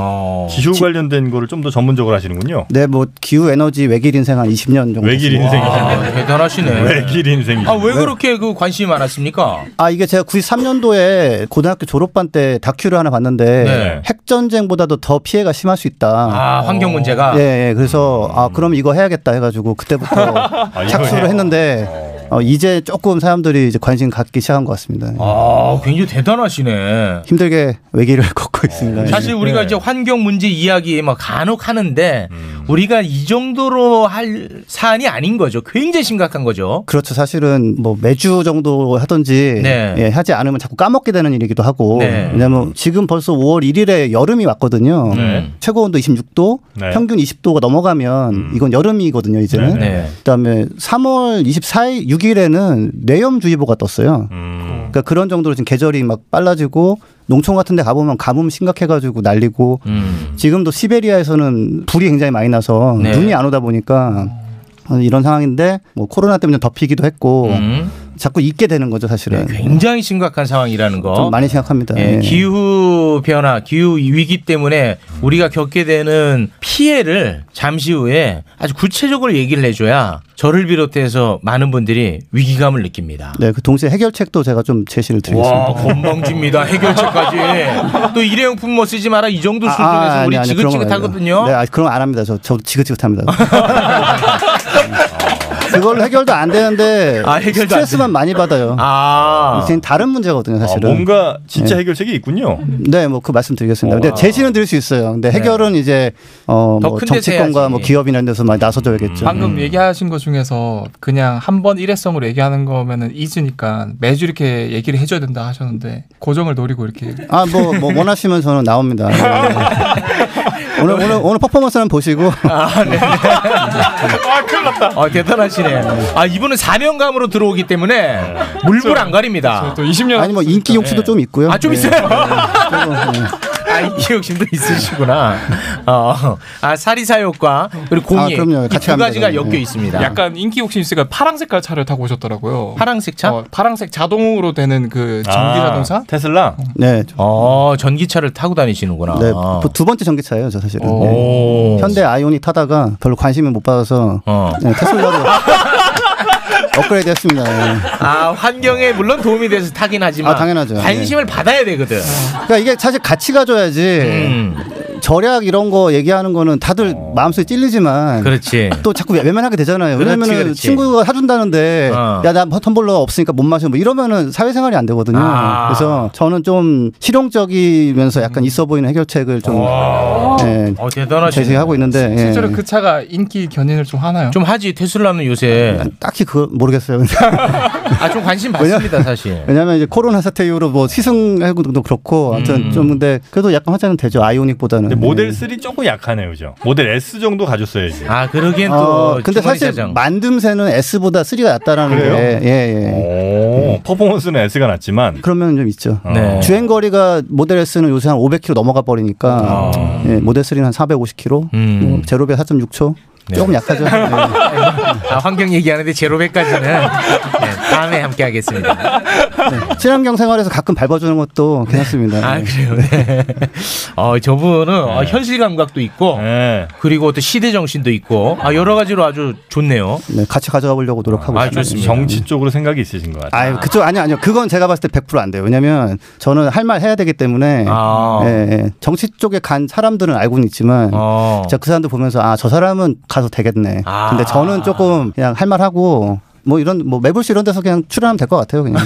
S8: 기후 관련된 거를 좀 더 전문적으로 하시는군요.
S16: 네, 뭐 기후 에너지 외길 인생 한 20년 정도.
S8: 외길
S16: 됐습니다.
S8: 인생이시네요.
S7: 대단하시네.
S8: 외길 인생이.
S7: 아 왜 그렇게 그 관심이 많았습니까?
S16: 아 이게 제가 93년도에 고등학교 졸업반 때 다큐를 하나 봤는데
S7: 네.
S16: 핵 전쟁보다도 더 피해가 심할 수 있다.
S7: 아, 환경 문제가? 음.
S16: 예, 예. 그래서 아 그럼 이거 해야겠다 해가지고 그때부터
S7: 아, 이거
S16: 착수를
S7: 해요?
S16: 했는데 어, 이제 조금 사람들이 이제 관심 갖기 시작한 것 같습니다.
S7: 아, 굉장히 대단하시네.
S16: 힘들게 외길을 걷고 있습니다.
S7: 사실 우리가
S8: 네.
S7: 이제 환경 문제 이야기 막 간혹 하는데
S8: 음.
S7: 우리가 이 정도로 할 사안이 아닌 거죠. 굉장히 심각한 거죠.
S16: 그렇죠. 사실은 뭐 매주 정도 하든지
S7: 네.
S16: 예, 하지 않으면 자꾸 까먹게 되는 일이기도 하고
S7: 네.
S16: 왜냐하면 지금 벌써 5월 1일에 여름이 왔거든요.
S7: 네.
S16: 최고 온도 26도,
S7: 네.
S16: 평균 20도가 넘어가면 이건 여름이거든요. 이제는.
S7: 음. 네, 네.
S16: 그다음에 3월 24일, 6일에는 뇌염주의보가 떴어요.
S7: 음.
S16: 그러니까 그런 정도로 지금 계절이 막 빨라지고 농촌 같은 데 가보면 가뭄 심각해가지고 날리고
S7: 음.
S16: 지금도 시베리아에서는 불이 굉장히 많이 나서
S17: 네.
S16: 눈이 안 오다 보니까 어, 이런 상황인데 뭐 코로나 때문에 덮이기도 했고
S7: 음.
S16: 자꾸 잊게 되는 거죠 사실은
S7: 굉장히 심각한 상황이라는 거.
S16: 좀 많이 생각합니다.
S7: 네, 예,
S16: 예.
S7: 기후 변화, 기후 위기 때문에 우리가 겪게 되는 피해를 잠시 후에 아주 구체적으로 얘기를 해줘야 저를 비롯해서 많은 분들이 위기감을 느낍니다.
S16: 네, 그 동시에 해결책도 제가 좀 제시를 드리겠습니다.
S7: 와, 건방집니다. 해결책까지. 또 일회용품 뭐 쓰지 마라. 이 정도
S16: 아,
S7: 수준에서 우리 지긋지긋하거든요.
S16: 네, 아, 그런 거 안 합니다. 저, 저 지긋지긋합니다. 네. 그걸로 해결도 안 되는데
S8: 아, 해결도 안
S16: 스트레스만 많이 받아요.
S7: 아.
S16: 이게 다른 문제거든요, 사실은.
S8: 아, 뭔가 진짜
S16: 네.
S8: 해결책이 있군요. 아. 네.
S16: 네, 뭐 그 말씀드리겠습니다. 근데
S8: 와.
S16: 제시는 드릴 수 있어요. 근데 해결은 이제 어,
S13: 더
S16: 뭐
S13: 큰 데서
S16: 정치권과 뭐
S13: 해야지. 음.
S16: 기업이나 이런 데서 많이 나서줘야겠죠. 음.
S13: 방금 얘기하신 것 중에서 그냥 한 번 일회성으로 얘기하는 거면은 2주니까 매주 이렇게 얘기를 해줘야 된다 하셨는데 고정을 노리고 이렇게
S16: 아, 뭐, 뭐 원하시면 저는 나옵니다. 네. 오늘 오늘 오늘 퍼포먼스 한번 보시고
S7: 아, 큰일 났다. 아, 대단하시네. 아, 이분은 사명감으로 들어오기 때문에 물불 안 가립니다.
S8: 네.
S16: 아니 뭐 인기 욕심도 좀 있고요.
S7: 아, 좀
S16: 네.
S7: 있어요. 아, 이 욕심도 있으시구나. 어, 아, 사리사욕과 아, 그리고
S16: 아,
S7: 공예. 이두 네. 가지가 엮여 있습니다.
S13: 네. 약간 인기 욕심 있으니까 파랑 색깔 차를 타고 오셨더라고요. 어,
S7: 파랑색 차?
S13: 파랑색 자동으로 되는 그 전기 자동차?
S7: 테슬라?
S16: 네.
S7: 어, 전기차를 타고 다니시는구나. 어.
S16: 네, 그두 번째 전기차예요, 저 사실은.
S7: 아. 오.
S16: 네. 현대 아이오닉 타다가 별로 관심을 못 받아서
S7: 어.
S16: 네, 테슬라로 업그레이드 했습니다. 네.
S7: 아, 환경에 물론 도움이 돼서 타긴 하지만
S16: 아, 당연하죠.
S7: 관심을 받아야 되거든.
S16: 그러니까 이게 사실 같이 가줘야지
S7: 음.
S16: 절약 이런 거 얘기하는 거는 다들 마음속에 찔리지만
S7: 어. 그렇지.
S16: 또 자꾸 외면하게 되잖아요.
S7: 그렇지,
S16: 왜냐면 은
S7: 그렇지. 어.
S16: 친구가 사준다는데 야나 텀블러 없으니까 못 마셔 뭐 이러면은 사회생활이 안 되거든요.
S7: 아.
S16: 그래서 저는 좀 실용적이면서 약간 있어 보이는 해결책을 좀 예,
S7: 어, 대단하시네.
S16: 제시하고 있는데 예.
S13: 실제로 그 차가 인기 견인을 좀 하나요?
S7: 좀 하지 테슬라는 요새
S16: 딱히 그 모르겠어요. 근데
S7: 아, 좀 관심 받습니다, 사실.
S16: 왜냐면 이제 코로나 사태 이후로 뭐 시승해고도 그렇고 아무튼 좀 근데 그래도 약간 화제는 되죠 아이오닉보다는.
S8: 근데
S16: 예.
S8: 모델 3 조금 약하네요, 그죠? 모델 S 정도 가졌어야지.
S7: 아, 그러기엔
S16: 어, 근데 사실 만듦새는 S보다 3가 낫다라는
S8: 그래요?
S16: 게 예,
S8: 예. 퍼포먼스는 S가 낫지만
S16: 그러면 좀 있죠.
S8: 네.
S16: 주행 거리가 모델 S는 요새 한 500km 넘어가 버리니까 예, 모델 3는 한 450km, 제로배 4.6초. 조금 약하죠. 네.
S7: 아, 환경 얘기하는데 제로백까지는 네, 다음에 함께 하겠습니다.
S16: 친환경 생활에서 가끔 밟아주는 것도 괜찮습니다.
S7: 아, 그래요. 네. 어, 저분은 어, 현실 감각도 있고 그리고 또 시대 정신도 있고 아, 여러 가지로 아주 좋네요.
S16: 네, 같이 가져가 보려고 노력하고
S8: 아,
S16: 있습니다.
S7: 네,
S8: 좋습니다. 정치 쪽으로 생각이 있으신 것 같아요.
S16: 아유, 그쪽 아니 아니요. 그건 제가 봤을 때 100%안 돼요. 왜냐면 저는 할 말 해야 되기 때문에
S7: 아.
S16: 예, 예. 정치 쪽에 간 사람들은 알고는 있지만
S7: 어.
S16: 제가 그 사람들 보면서 아, 저 사람은 가서 되겠네.
S7: 아.
S16: 근데 저는 조금 그냥 할 말 하고 뭐 이런 뭐 매불쇼 이런 데서 그냥 출연하면 될 것 같아요, 그냥.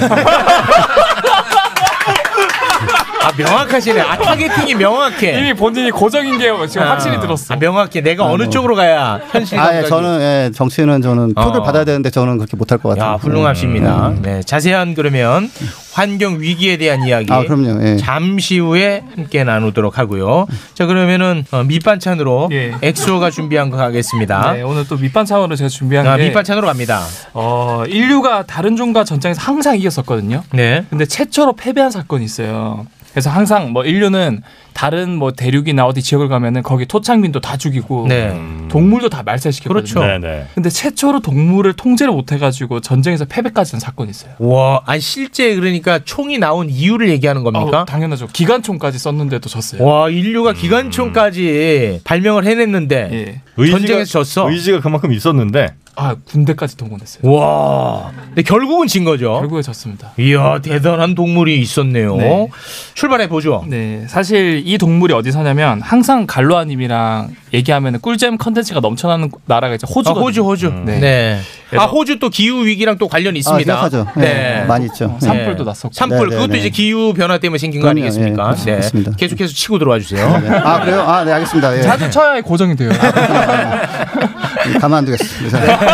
S7: 아 명확하시네. 아 타겟팅이 명확해.
S13: 이미 본인이 고정인 게 지금 확실히 들었어.
S7: 아, 명확해. 내가 어느 쪽으로 가야 현실
S16: 뭐. 아, 예,
S7: 감각이
S16: 저는 예, 정치는 저는 표를
S7: 어.
S16: 받아야 되는데 저는 그렇게 못할 것 같아요.
S7: 아, 훌륭하십니다.
S8: 음.
S7: 네, 자세한 그러면 환경 위기에 대한 이야기
S16: 아, 그럼요. 예.
S7: 잠시 후에 함께 나누도록 하고요. 자, 그러면은 어, 밑반찬으로 엑소가 준비한 거 가겠습니다.
S13: 예. 네, 오늘 또 밑반찬으로 제가 준비한
S7: 아,
S13: 게
S7: 밑반찬으로 갑니다.
S13: 어, 인류가 다른 종과 전쟁에서 항상 이겼었거든요.
S7: 네.
S13: 근데 최초로 패배한 사건이 있어요. 그래서 항상 뭐 인류는 다른 뭐 대륙이나 어디 지역을 가면은 거기 토착민도 다 죽이고
S7: 네.
S13: 동물도 다 말살시켰거든요.
S7: 그렇죠. 네, 네.
S13: 근데 최초로 동물을 통제를 못 해가지고 전쟁에서 패배까지 한 사건이 있어요.
S7: 와, 아니 실제 그러니까 총이 나온 이유를 얘기하는 겁니까?
S13: 어, 당연하죠. 기관총까지 썼는데도 졌어요.
S7: 와, 인류가
S8: 음.
S7: 기관총까지 발명을 해냈는데
S13: 예.
S7: 전쟁에서 졌어.
S8: 의지가 그만큼 있었는데.
S13: 아, 군대까지 동원했어요.
S7: 와, 근데 결국은 진 거죠. 결국에
S13: 졌습니다.
S7: 이야, 대단한 동물이 있었네요.
S13: 네.
S7: 출발해 보죠.
S13: 네, 사실 이 동물이 어디 사냐면 항상 갈로아님이랑 얘기하면 꿀잼 컨텐츠가 넘쳐나는 나라가 이제 호주.
S7: 아, 호주, 호주.
S13: 음.
S7: 네. 아 호주 또 기후 위기랑 또 관련 있습니다.
S16: 생각하죠. 네, 많이 있죠. 어, 산불도 났었고.
S7: 산불
S16: 네, 네,
S7: 그것도
S16: 네.
S7: 이제 기후 변화 때문에 생긴 거
S16: 그럼요,
S7: 아니겠습니까? 네.
S16: 예, 그렇습니다.
S7: 계속해서 치고 들어와 주세요.
S16: 아, 그래요? 아, 네, 알겠습니다. 예. 아,
S13: 자주 쳐야 고정이 돼요.
S16: 음, 가만 안 두겠습니다. 네.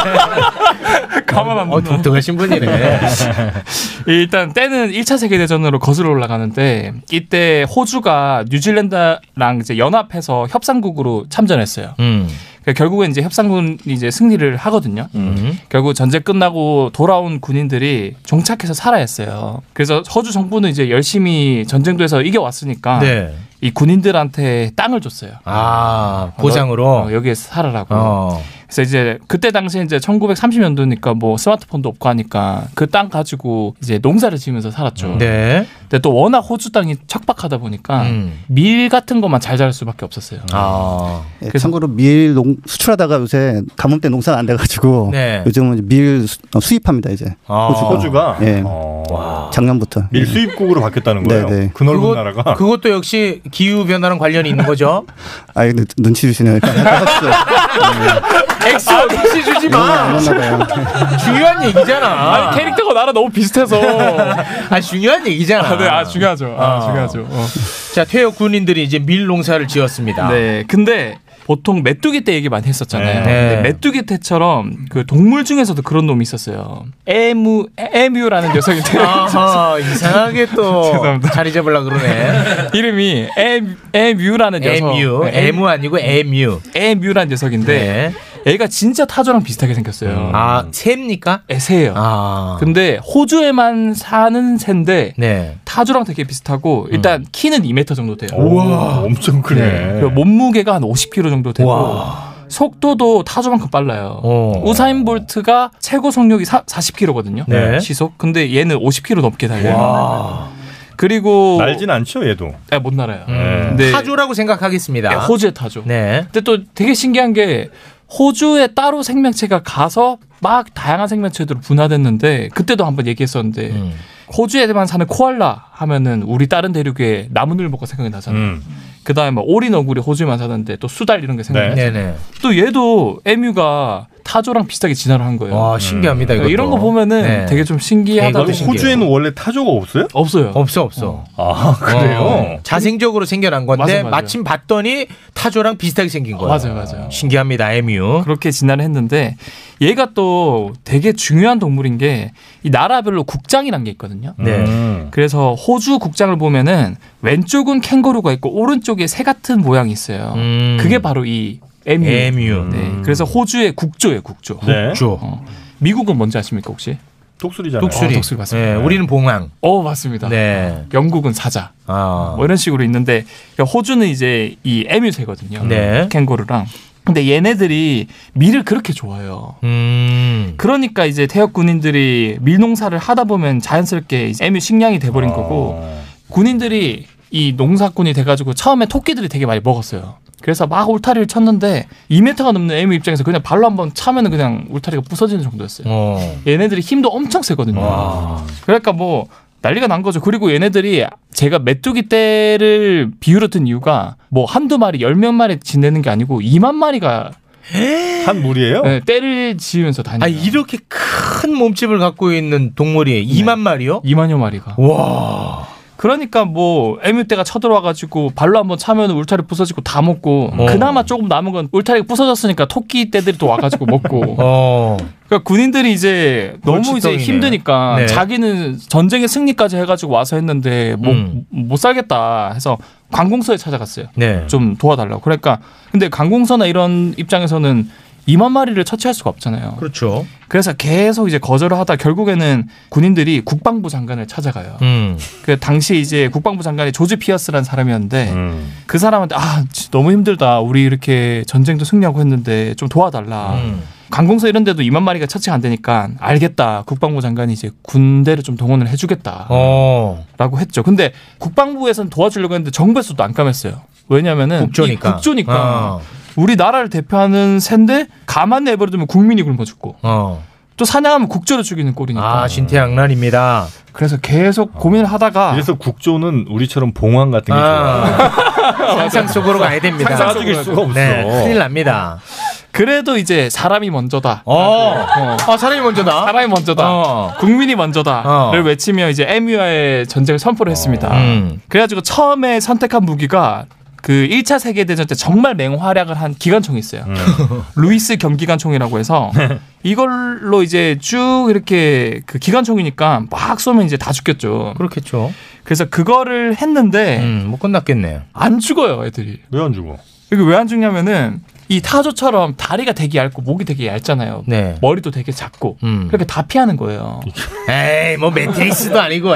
S13: 가만 안
S7: 어, 독특하신 분이네.
S13: 일단 때는 1차 세계 대전으로 거슬러 올라가는데 이때 호주가 뉴질랜드랑 이제 연합해서 협상국으로 참전했어요.
S7: 음.
S13: 그러니까 결국엔 이제 협상군이 이제 승리를 하거든요.
S7: 음.
S13: 결국 전쟁 끝나고 돌아온 군인들이 종착해서 살아야 했어요. 그래서 호주 정부는 이제 열심히 전쟁도에서 이겨왔으니까
S7: 네.
S13: 이 군인들한테 땅을 줬어요.
S7: 아 보상으로
S13: 어, 여기에 살아라고.
S7: 어.
S13: 그래서 이제 그때 당시에 이제 1930년도니까 뭐 스마트폰도 없고 하니까 그 땅 가지고 이제 농사를 지으면서 살았죠.
S7: 네. 음.
S13: 근데 또 워낙 호주 땅이 척박하다 보니까 밀 같은 것만 잘 자랄 수밖에 없었어요.
S7: 아.
S16: 예, 참고로 밀 농, 수출하다가 요새 가뭄 때 농사가 안 돼가지고
S13: 네.
S16: 요즘은 밀 수, 어, 수입합니다 이제
S8: 아, 호주가? 아.
S16: 예. 작년부터
S8: 밀 수입국으로 바뀌었다는 거예요.
S16: 네, 네.
S8: 그 넓은
S16: 그거-
S8: 나라가.
S7: 그것도 역시 기후 변화랑 관련이 있는 거죠.
S16: 아 근데 눈치 주시네
S8: 그러니까
S7: 음. 엑소
S13: 아,
S7: 혹시 주지
S13: 음,
S7: 마. 중요한 얘기잖아.
S13: 아니, 캐릭터가 나랑 너무 비슷해서.
S7: 아 중요한 얘기잖아.
S13: 아, 네, 아, 중요하죠. 아,
S7: 어.
S13: 중요하죠. 어.
S7: 자 퇴역 군인들이 이제 밀 농사를 지었습니다.
S13: 네, 근데 보통 메뚜기 때 얘기 많이
S14: 네.
S13: 했었잖아요. 근데 메뚜기 때처럼 그 동물 중에서도 그런 놈이 있었어요. 에무 에뮤라는 녀석인데.
S7: 아하, 이상하게 또
S13: 자리 잡으려 그러네. 이름이 에 에뮤라는 녀석. 네,
S7: 에뮤. 에무
S13: 아니고 에뮤. 에뮤라는 녀석인데 얘가 진짜 타조랑 비슷하게 생겼어요. 아 새입니까? 예, 새예요. 근데 호주에만 사는 새인데
S7: 네.
S13: 타조랑 되게 비슷하고 일단 키는 2m 정도 돼요.
S14: 우와, 엄청 크네.
S13: 음. 그리고 몸무게가 한 50kg 정도 되고 속도도 타조만큼 빨라요.
S14: 어.
S13: 우사인 볼트가 최고 속력이 40km거든요.
S14: 네.
S13: 시속. 근데 얘는 50km 넘게 달려요.
S14: 와.
S13: 그리고
S14: 날진 않죠, 얘도. 음. 네.
S13: 네, 못 날아요.
S7: 타조라고 생각하겠습니다.
S13: 네, 호주의 타조. 근데 또 되게 신기한 게 호주에 따로 생명체가 가서 막 다양한 생명체들로 분화됐는데 그때도 한번 얘기했었는데
S7: 음.
S13: 호주에만 사는 코알라 하면은 우리 다른 대륙에 나무늘 먹고 생각이 나잖아요. 그다음에 막 오린 어구리 호주에만 사는데 또 수달 이런 게 생각나요.
S7: 네. 네네.
S13: 또 얘도 에뮤가 타조랑 비슷하게 진화를 한 거예요.
S7: 와, 신기합니다, 이것도.
S13: 이런 거 보면은
S7: 네.
S13: 되게 좀 신기하다.
S7: 되게 신기해요. 호주에는
S13: 원래 타조가 없어요? 없어요.
S7: 없어 없어.
S13: 아
S7: 어, 자생적으로 생겨난 건데
S13: 맞아요, 맞아요.
S7: 마침 봤더니 타조랑 비슷하게 생긴 거예요.
S13: 맞아요, 맞아요.
S7: 신기합니다, 에뮤.
S13: 그렇게 진화를 했는데 얘가 또 되게 중요한 동물인 게 이 나라별로 국장이란 게 있거든요.
S7: 네.
S13: 그래서 호주 국장을 보면은 왼쪽은 캥거루가 있고 오른쪽에 새 같은 모양이 있어요.
S7: 음.
S13: 그게 바로 이 에뮤.
S7: 에뮤.
S13: 네. 그래서 호주의 국조예요, 국조.
S7: 네. 음. 국조.
S13: 어. 미국은 뭔지 아십니까 혹시?
S7: 독수리잖아요. 독수리.
S13: 어, 독수리 맞습니다.
S7: 네, 우리는 봉황.
S13: 어 맞습니다.
S7: 네. 아.
S13: 영국은 사자. 뭐 이런 식으로 있는데 그러니까 호주는 이제 이 에뮤새거든요.
S7: 네.
S13: 캥거루랑. 근데 얘네들이 밀을 그렇게 좋아해요.
S7: 음.
S13: 그러니까 이제 태역 군인들이 밀농사를 하다 보면 자연스럽게 이제 에뮤 식량이 돼버린
S7: 아.
S13: 거고 군인들이 이 농사꾼이 돼가지고 처음에 토끼들이 되게 많이 먹었어요. 그래서 막 울타리를 쳤는데 2m가 넘는 에뮤 입장에서 그냥 발로 한번 차면은 그냥 울타리가 부서지는 정도였어요. 얘네들이 힘도 엄청 세거든요. 그러니까 뭐 난리가 난 거죠. 그리고 얘네들이 제가 메뚜기 떼를 비유로 든 이유가 뭐 한두 마리, 열 몇 마리 지내는 게 아니고 2만 마리가 한 무리예요? 네, 떼를 지으면서 다니는.
S7: 아 이렇게 큰 몸집을 갖고 있는 동물이 2만 마리요?
S13: 2만여 마리가.
S7: 와.
S13: 그러니까 뭐 에뮤 떼가 쳐들어와가지고 발로 한번 차면 울타리 부서지고 다 먹고
S14: 어.
S13: 그나마 조금 남은 건 울타리가 부서졌으니까 토끼 떼들이 또 와가지고 먹고.
S7: 어.
S13: 그러니까 군인들이 이제 너무 이제
S14: 골칫덩이네.
S13: 힘드니까
S14: 네.
S13: 자기는 전쟁의 승리까지 해가지고 와서 했는데 뭐 못
S14: 음.
S13: 살겠다 해서 관공서에 찾아갔어요.
S7: 네.
S13: 좀 도와달라고. 그러니까 근데 관공서나 이런 입장에서는 2만 마리를 처치할 수가 없잖아요.
S7: 그렇죠.
S13: 그래서 계속 이제 거절을 하다 결국에는 군인들이 국방부 장관을 찾아가요.
S7: 음.
S13: 그 당시 이제 국방부 장관이 조지 피어스라는 사람이었는데
S7: 음.
S13: 그 사람한테 아 진짜 너무 힘들다 우리 이렇게 전쟁도 승리하고 했는데 좀 도와달라
S7: 음.
S13: 관공서 이런 데도 2만 마리가 처치가 안 되니까 알겠다 국방부 장관이 이제 군대를 좀 동원을 해주겠다
S7: 어.
S13: 라고 했죠 근데 국방부에서는 도와주려고 했는데 정부에서도 안감했어요 왜냐면은
S7: 국조니까.
S13: 이 국조니까
S7: 어.
S13: 우리 나라를 대표하는 샌데 가만 내버려두면 국민이 굶어 죽고
S7: 어.
S13: 또 사냥하면 국조를 죽이는 꼴이니까
S7: 아 진태양난입니다.
S13: 그래서 계속 고민을 하다가
S7: 그래서
S8: 국조는 우리처럼 봉황 같은
S7: 게
S8: 좋아.
S7: 아. 상상 속으로 가야 됩니다.
S8: 상상 속으로 가야 돼.
S7: 네, 큰일 납니다.
S13: 그래도 이제 사람이 먼저다. 어.
S7: 아, 사람이 먼저다. 어.
S13: 사람이 먼저다. 국민이 먼저다를 외치며 이제 에뮤와의 전쟁을 선포를 했습니다.
S7: 음.
S13: 그래가지고 처음에 선택한 무기가 그 1차 세계 대전 때 정말 맹활약을 한 기관총이 있어요.
S7: 음.
S13: 루이스 경기관총이라고 해서
S7: 네.
S13: 이걸로 이제 쭉 이렇게 그 기관총이니까 막 쏘면 이제 다 죽겠죠.
S7: 그렇겠죠.
S13: 그래서 그거를 했는데
S7: 못 끝났겠네요.
S13: 안 죽어요, 애들이.
S8: 왜 안 죽어?
S13: 이게 왜 안 죽냐면은 이 타조처럼 다리가 되게 얇고 목이 되게 얇잖아요.
S7: 네.
S13: 머리도 되게 작고
S7: 음.
S13: 그렇게 다 피하는 거예요.
S7: 에이 뭐 매트릭스도 아니고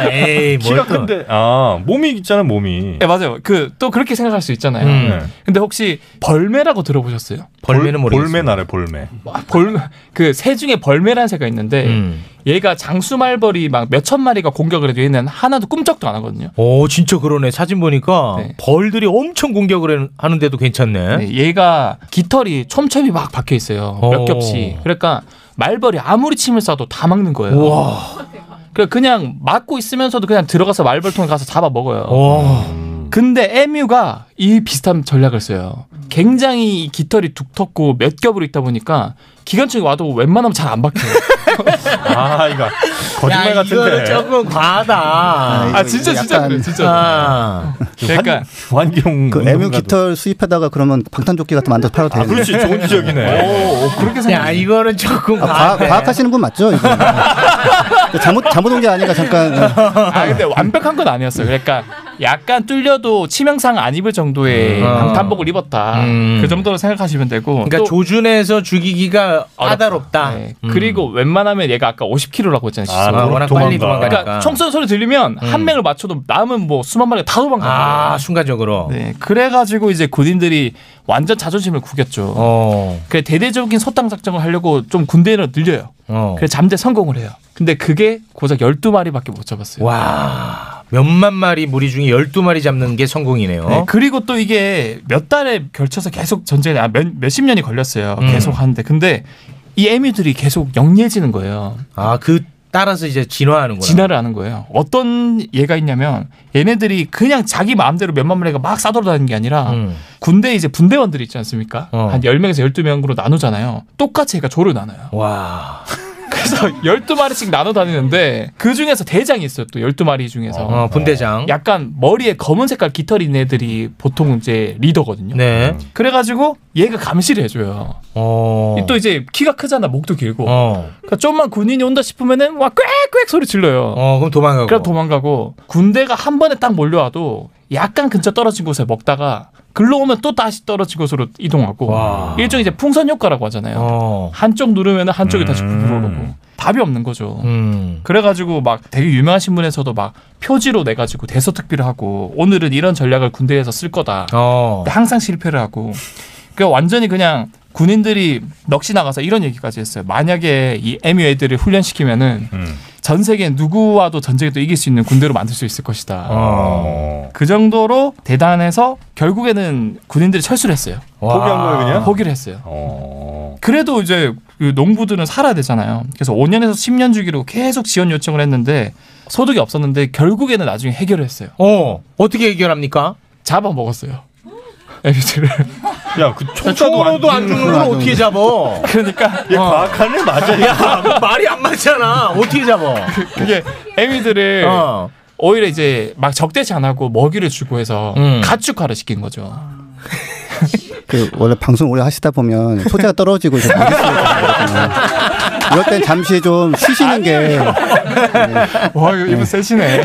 S7: 에이 뭘
S8: 키가
S7: 또.
S8: 큰데 아 몸이 있잖아 몸이.
S13: 네, 맞아요. 그 또 그렇게 생각할 수 있잖아요.
S8: 음. 네.
S13: 근데 혹시 벌매라고 들어보셨어요? 아,
S8: 볼- 볼매 나래 볼매.
S13: 벌그새 중에 벌매라는 새가 있는데
S7: 음.
S13: 얘가 장수말벌이 막 몇 천 마리가 공격을 해도 얘는 하나도 꿈쩍도 안 하거든요.
S7: 오 진짜 그러네 사진 보니까 벌들이 엄청 공격을 해- 하는데도 괜찮네.
S13: 네, 얘가 깃털이 촘촘히 막 박혀 있어요.
S7: 오.
S13: 몇 겹씩. 그러니까 말벌이 아무리 침을 쏴도 다 막는 거예요.
S7: 우와.
S13: 그래 그냥 막고 있으면서도 그냥 들어가서 말벌통에 가서 잡아 먹어요.
S7: 오.
S13: 근데 에뮤가 이 비슷한 전략을 써요. 굉장히 이 깃털이 두텁고 몇 겹으로 있다 보니까 기관총이 와도 웬만하면 잘 안 박혀요.
S11: 아 이거 거짓말
S7: 야,
S11: 같은데.
S7: 이거는 조금 과하다.
S13: 아, 진짜, 진짜 그래, 진짜.
S7: 아.
S13: 그러니까
S11: 환경
S16: 그 MU 깃털 수입하다가 그러면 방탄조끼 같은 거 만들어서 팔아도 되는
S13: 어.
S7: 그렇게 생각. 네. 야, 이거는 조금
S16: 아, 과학,
S13: 네.
S7: 과하다.
S16: 과학하시는 분 맞죠? 이거? 그 잘못 잘못 온 게 아닌가 잠깐.
S13: 아 근데 완벽한 건 아니었어요. 그러니까 약간 뚫려도 치명상 안 입을 정도의
S7: 음.
S13: 방탄복을 입었다. 그 정도로 생각하시면 되고.
S7: 그러니까 조준해서 죽이기가 까다롭다.
S13: 네.
S7: 음.
S13: 그리고 웬만하면 얘가 아까 50kg라고 했잖아요.
S7: 아,
S13: 시속으로.
S7: 워낙 빨리 도망가니까. 음.
S13: 그러니까 총선 소리 들리면 한 명을 맞춰도 남은 뭐 수만 마리가 다 도망가.
S7: 아, 순간적으로.
S13: 네, 그래가지고 이제 군인들이 완전 자존심을 구겼죠.
S7: 어.
S13: 그래 대대적인 소탕 작전을 하려고 좀 군대를 늘려요.
S7: 어.
S13: 그래 잠재 성공을 해요. 근데 그게 고작 12마리밖에 못 잡았어요.
S7: 와. 몇만 마리 무리 중에 12마리 잡는 게 성공이네요.
S13: 네, 그리고 또 이게 몇 달에 걸쳐서 계속 전쟁이 아, 몇, 몇십 년이 걸렸어요.
S7: 음.
S13: 계속 하는데 근데 이 에뮤들이 계속 영리해지는 거예요.
S7: 아, 그 따라서 이제 진화하는 거예요.
S13: 진화를 하는 거예요. 어떤 얘가 있냐면 얘네들이 그냥 자기 마음대로 몇만 마리가 막 싸돌아다니는 게 아니라
S7: 음.
S13: 군대 이제 분대원들이 있지 않습니까?
S7: 어.
S13: 한 10명에서 12명으로 나누잖아요. 똑같이 얘가 조를 나눠요.
S7: 와.
S13: 그래서 12마리씩 나눠 다니는데 그 중에서 대장이 있어요. 또 12마리 중에서. 네.
S7: 어, 분대장.
S13: 약간 머리에 검은 색깔 깃털 있는 애들이 보통 이제 리더거든요.
S7: 네.
S13: 그래가지고 얘가 감시를 해줘요.
S7: 어.
S13: 또 이제 키가 크잖아 목도 길고
S7: 어.
S13: 그러니까 좀만 군인이 온다 싶으면은 와 꽥꽥 소리 질러요
S7: 어, 그럼 도망가고.
S13: 그럼 도망가고 군대가 한 번에 딱 몰려와도 약간 근처 떨어진 곳에 먹다가 글로 오면 또 다시 떨어진 곳으로 이동하고 일종의 이제 풍선 효과라고 하잖아요 한쪽 누르면 한쪽이 다시 불어오르고 답이 없는 거죠 그래가지고 막 되게 유명하신 분에서도 막 표지로 내가지고 대서특필을 하고 오늘은 이런 전략을 군대에서 쓸 거다 근데 항상 실패를 하고 그러니까 완전히 그냥 군인들이 넋이 나가서 이런 얘기까지 했어요. 만약에 이 MU 애들을 훈련시키면은
S7: 음.
S13: 전 세계 누구와도 전쟁에도 이길 수 있는 군대로 만들 수 있을 것이다.
S7: 아.
S13: 그 정도로 대단해서 결국에는 군인들이 철수를 했어요.
S8: 포기한 거예요, 그냥?
S13: 포기를 했어요. 그래도 이제 그 농부들은 살아야 되잖아요. 그래서 5년에서 10년 주기로 계속 지원 요청을 했는데 소득이 없었는데 결국에는 나중에 해결을 했어요.
S7: 어, 어떻게 해결합니까?
S13: 잡아먹었어요. 애비들을.
S11: 야, 그
S7: 총으로도 안 주는 걸 어떻게 잡어?
S13: 그러니까
S11: 얘 과학하네 맞아.
S7: 야, 말이 안 맞잖아. 어떻게 잡어?
S13: 그게 애미들을
S7: 어.
S13: 오히려 이제 막 적대치 안 하고 먹이를 주고 해서
S7: 음.
S13: 가축화를 시킨 거죠.
S16: 그 원래 방송 오래 하시다 보면 소재가 떨어지고 이제 방송 소리가 나거든요. 이럴 땐 잠시 좀 쉬시는 게
S13: 와 이분 세시네.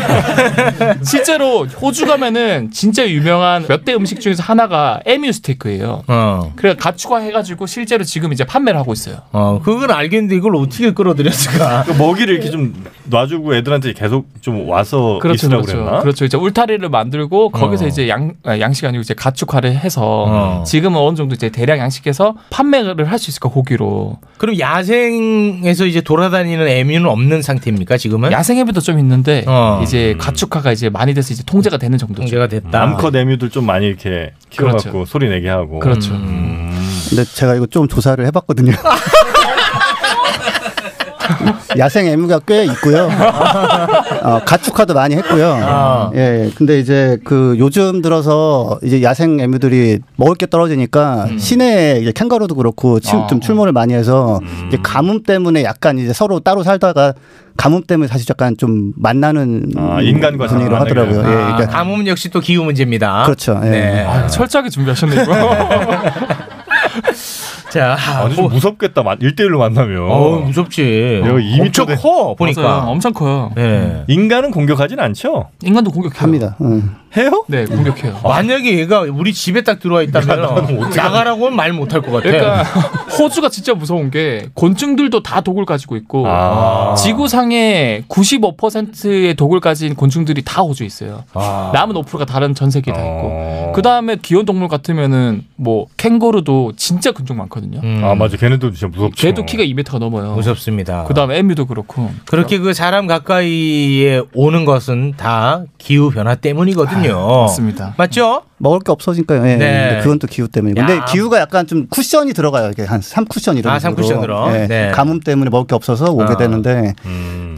S13: 실제로 호주 가면은 진짜 유명한 몇 대 음식 중에서 하나가 에뮤 스테이크예요.
S7: 어.
S13: 그래 가축화 해가지고 실제로 지금 이제 판매를 하고 있어요.
S7: 어, 그건 알겠는데 이걸 어떻게 끌어들였을까?
S11: 그 먹이를 이렇게 좀 놔주고 애들한테 계속 좀
S8: 어,
S11: 와서
S13: 그렇죠,
S11: 있으라고
S13: 그렇죠.
S11: 그랬나?
S13: 그렇죠. 이제 울타리를 만들고 거기서 이제 양 아, 양식 아니고 이제 가축화를 해서 지금은 어느 정도 이제 대량 양식해서 판매를 할 수 있을 까 고기로.
S7: 그럼 야생에서 이제 돌아다니는 애미는 없는 상태입니까 지금은? 어.
S13: 야생에비도 좀 있는데 이제 가축화가 이제 많이 돼서 이제 통제가 되는 정도죠.
S7: 통제가 됐다.
S11: 암컷 애뮤들 좀 많이 이렇게 키워갖고
S13: 그렇죠.
S11: 소리 내게 하고. 음.
S13: 그렇죠.
S7: 음.
S16: 근데 제가 이거 좀 조사를 해봤거든요. 야생 애무가 꽤 있고요. 어, 가축화도 많이 했고요.
S13: 아.
S16: 예, 근데 이제 그 요즘 들어서 이제 야생 애무들이 먹을 게 떨어지니까
S13: 음.
S16: 시내에 이제 캥거루도 그렇고 치-
S13: 아.
S16: 좀 출몰을 많이 해서
S11: 음.
S16: 이제 가뭄 때문에 약간 이제 서로 따로 살다가 가뭄 때문에 사실 약간 좀 만나는
S11: 아, 인간과
S16: 분위기로 음, 하더라고요. 예,
S7: 아,
S16: 그러니까
S7: 가뭄 역시 또 기후 문제입니다. 네.
S16: 그렇죠. 예.
S13: 아, 철저하게 준비하셨네 이거.
S7: 자,
S11: 아, 근데 좀 무섭겠다. 1대1로 만나면.
S7: 뭐- 어,
S8: 네.
S7: 무섭지.
S11: 내가 2m
S7: 엄청
S11: 된-
S7: 커 보니까.
S13: 맞아요. 엄청 커요.
S7: 네.
S11: 인간은 공격하진 않죠.
S13: 인간도 공격합니다.
S11: 해요?
S13: 네, 공격해요.
S7: 만약에 얘가 우리 집에 딱 들어와
S13: 나는
S7: 있다면
S13: 어떡해.
S7: 나가라고 하면 말 못할 것 같아.
S13: 그러니까 호주가 진짜 무서운 게 곤충들도 다 독을 가지고 있고 지구상의 95%의 독을 가진 곤충들이 다 호주에 있어요. 남은 5%가 다른 전 세계에 다 있고 그 다음에 귀여운 동물 같으면은 뭐 캥거루도 진짜 근종 많거든요.
S8: 음.
S11: 아, 맞아. 걔네도 진짜 무섭죠.
S13: 음.
S8: 그렇죠.
S13: 걔도 키가 2m가 넘어요.
S7: 무섭습니다.
S13: 그 다음에 에뮤도 그렇고
S7: 그렇게 그 사람 가까이에 오는 것은 다 기후 변화 때문이거든요.
S13: 아,
S16: 맞습니다.
S7: 맞죠?
S16: 음. 먹을 게 없어지니까요. 예.
S7: 네.
S16: 근데 그건 또 기후 때문이고. 근데
S7: 야.
S16: 기후가 약간 좀 쿠션이 들어가요. 이렇게 한 3쿠션 이런
S7: 아, 삼
S16: 식으로.
S7: 쿠션으로?
S16: 예.
S7: 네.
S16: 가뭄 때문에 먹을 게 없어서 오게
S7: 아. 음.
S16: 되는데